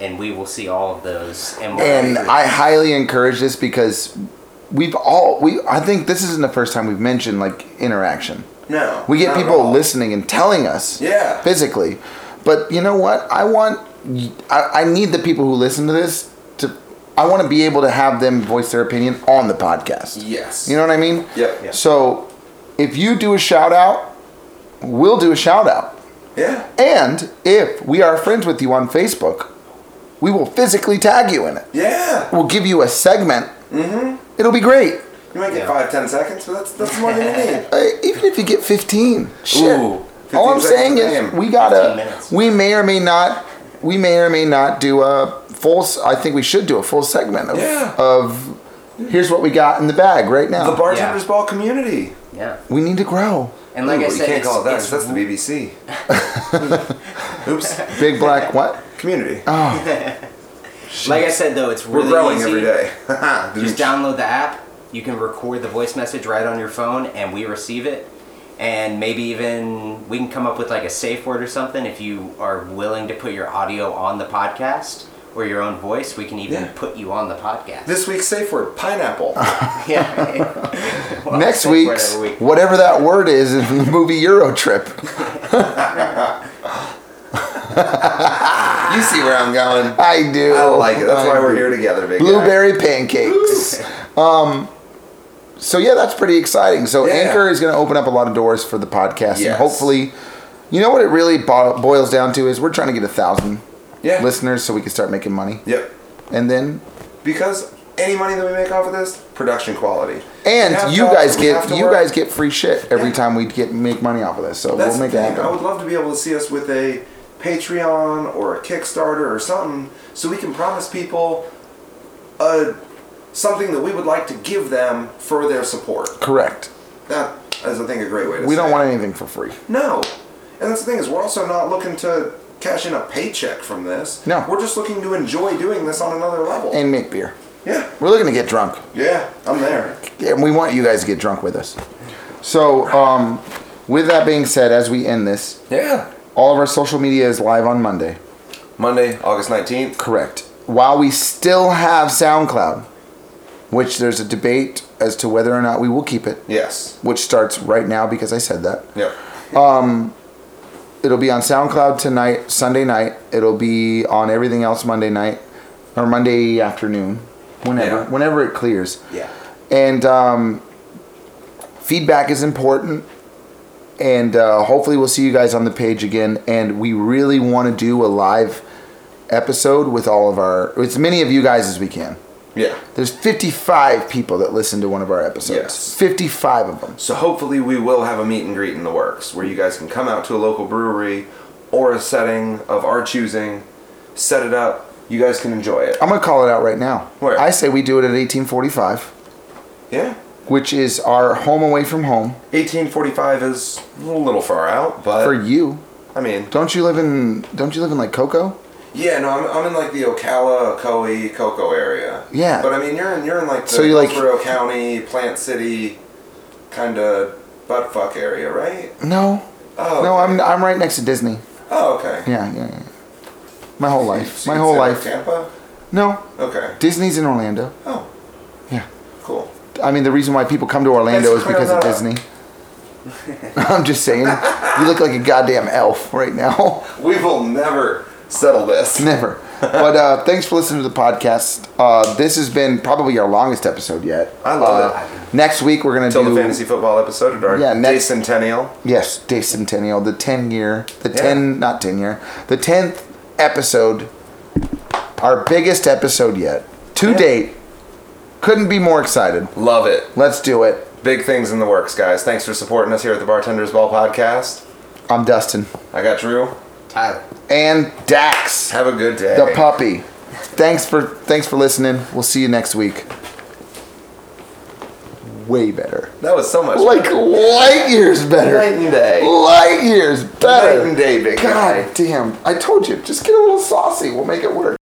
S5: and we will see all of those. And, we'll
S2: And I highly encourage this because we've all we. I think this isn't the first time we've mentioned like interaction.
S3: no.
S2: We get
S3: not at
S2: people
S3: all.
S2: listening and telling us
S3: Yeah.
S2: physically. But you know what? I want, I, I need the people who listen to this to, I want to be able to have them voice their opinion on the podcast.
S3: Yes.
S2: You know what I mean?
S3: Yep. Yeah.
S2: So if you do a shout out, we'll do a shout out.
S3: Yeah.
S2: And if we are friends with you on Facebook, we will physically tag you in it.
S3: Yeah.
S2: We'll give you a segment. Mm-hmm. It'll be great.
S3: You might get
S5: Yeah.
S3: five, ten seconds, but that's that's more than you need.
S2: Uh, even if you get 15. Shit.
S3: Ooh, 15
S2: All I'm
S3: seconds
S2: saying
S3: of
S2: is
S3: fame.
S2: we
S5: 15
S2: gotta.
S5: minutes.
S2: We may or may not. We may or may not do a full. s- I think we should do a full segment of.
S3: Yeah.
S2: of here's what we got in the bag right now.
S3: The bartender's ball community.
S5: yeah.
S2: we need to grow.
S5: And like
S3: Ooh,
S5: I
S3: you
S5: said,
S3: can't
S5: it's,
S3: call it that.
S5: it's
S3: 'cause That's the BBC. Oops.
S2: Big black what?
S3: Community.
S5: Like I said, though, it's
S3: We're
S5: really
S3: growing
S5: easy.
S3: every day.
S5: Just download the app. You can record the voice message right on your phone, and we receive it. And maybe even we can come up with like a safe word or something if you are willing to put your audio on the podcast or your own voice. We can even
S3: Yeah.
S5: put you on the podcast.
S3: This week's safe word: pineapple.
S5: yeah. Well,
S2: Next
S5: safe word
S2: week's
S5: every week.
S2: whatever that word is in the movie Euro Trip.
S3: you see where I'm going.
S2: I do.
S3: I like it. That's
S2: I
S3: why we're
S2: do.
S3: here together, big guy.
S2: Blueberry pancakes. um, so yeah, that's pretty exciting. So
S3: Yeah.
S2: Anchor is going to open up a lot of doors for the podcast, and
S3: Yes.
S2: hopefully, you know what it really bo- boils down to is we're trying to get a thousand
S3: Yeah.
S2: listeners so we can start making money,
S3: Yep.
S2: and then
S3: Because any money that we make off of this, production quality. We have
S2: and you
S3: to-
S2: guys
S3: we have
S2: get
S3: to
S2: you
S3: work.
S2: guys get free shit every
S3: Yeah.
S2: time we get make money off of this. So
S3: That's
S2: we'll make
S3: the
S2: it
S3: thing. I would
S2: happen.
S3: love to be able to see us with a Patreon or a Kickstarter or something, so we can promise people a something that we would like to give them for their support.
S2: Correct.
S3: That is, I think, a great way to.
S2: We don't
S3: say
S2: want
S3: it.
S2: anything for free.
S3: No, and that's the thing is we're also not looking to cash in a paycheck from this.
S2: No.
S3: we're just looking to enjoy doing this on another level.
S2: And make beer.
S3: yeah,
S2: We're looking to get drunk.
S3: yeah, I'm there.
S2: and we want you guys to get drunk with us. So, um, with that being said, as we end this,
S3: Yeah,
S2: all of our social media is live on Monday.
S3: Monday, August nineteenth.
S2: Correct. While we still have SoundCloud, which there's a debate as to whether or not we will keep it,
S3: Yes.
S2: which starts right now because I said that.
S3: Yep.
S2: It'll be on SoundCloud tonight, Sunday night. It'll be on everything else Monday night or Monday afternoon, whenever,
S3: Yeah.
S2: whenever it clears.
S3: Yeah.
S2: and um, feedback is important. And uh, hopefully, we'll see you guys on the page again. And we really want to do a live episode with all of our, as many of you guys as we can.
S3: Yeah.
S2: There's 55 people that listen to one of our episodes.
S3: Yes.
S2: 55 of them.
S3: So hopefully we will have a meet and greet in the works where you guys can come out to a local brewery or a setting of our choosing, set it up. You guys can enjoy it.
S2: I'm going to call it out right now.
S3: Where?
S2: I say we do it at 1845,
S3: Yeah.
S2: which is our home away from home
S3: 1845 is a little far out, but
S2: for you.
S3: I mean,
S2: Don't you live in? Don't you live in like Coco?
S3: yeah, no, I'm, I'm in like the Ocala, Ocoee, Cocoa area.
S2: Yeah.
S3: But I mean, you're in you're in like the
S2: So you're, like-
S3: Hillsborough County, Plant City, kind of buttfuck area, right?
S2: No.
S3: Oh,
S2: No,
S3: okay.
S2: I'm I'm right next to Disney.
S3: Oh, okay.
S2: Yeah, yeah. yeah. My whole life.
S3: So
S2: My
S3: you
S2: whole
S3: said
S2: life.
S3: Tampa.
S2: No,
S3: Okay.
S2: Disney's in Orlando.
S3: Oh,
S2: Yeah.
S3: cool.
S2: I mean, the reason why people come to Orlando
S3: Let's
S2: is because of
S3: clear
S2: Disney. I'm just saying. You look like a goddamn elf right now.
S3: We will never settle this.
S2: Never. But uh, thanks for listening to the podcast. Uh, this has been probably our longest episode yet.
S3: I love
S2: Uh, Next week we're gonna
S3: Until
S2: do
S3: the fantasy football episode of our
S2: Yeah, next-
S3: decennial.
S2: Yes, day centennial, the ten year, the
S3: Yeah.
S2: ten not ten year, the tenth episode, our biggest episode yet to
S3: Yeah.
S2: date. Couldn't be more excited.
S3: Love it.
S2: Let's do it.
S3: Big things in the works, guys. Thanks for supporting us here at the Bartenders Ball Podcast.
S2: I'm Dustin
S3: I got Drew.
S5: Tyler.
S2: and Dax,
S3: Have a good day.
S2: the puppy. Thanks for thanks for listening. We'll see you next week. Way better.
S3: That was so much
S2: Like light years better.
S3: Night and day.
S2: Light years better.
S3: Night and day, big guy.
S2: God damn. I told you, just get a little saucy. We'll make it work.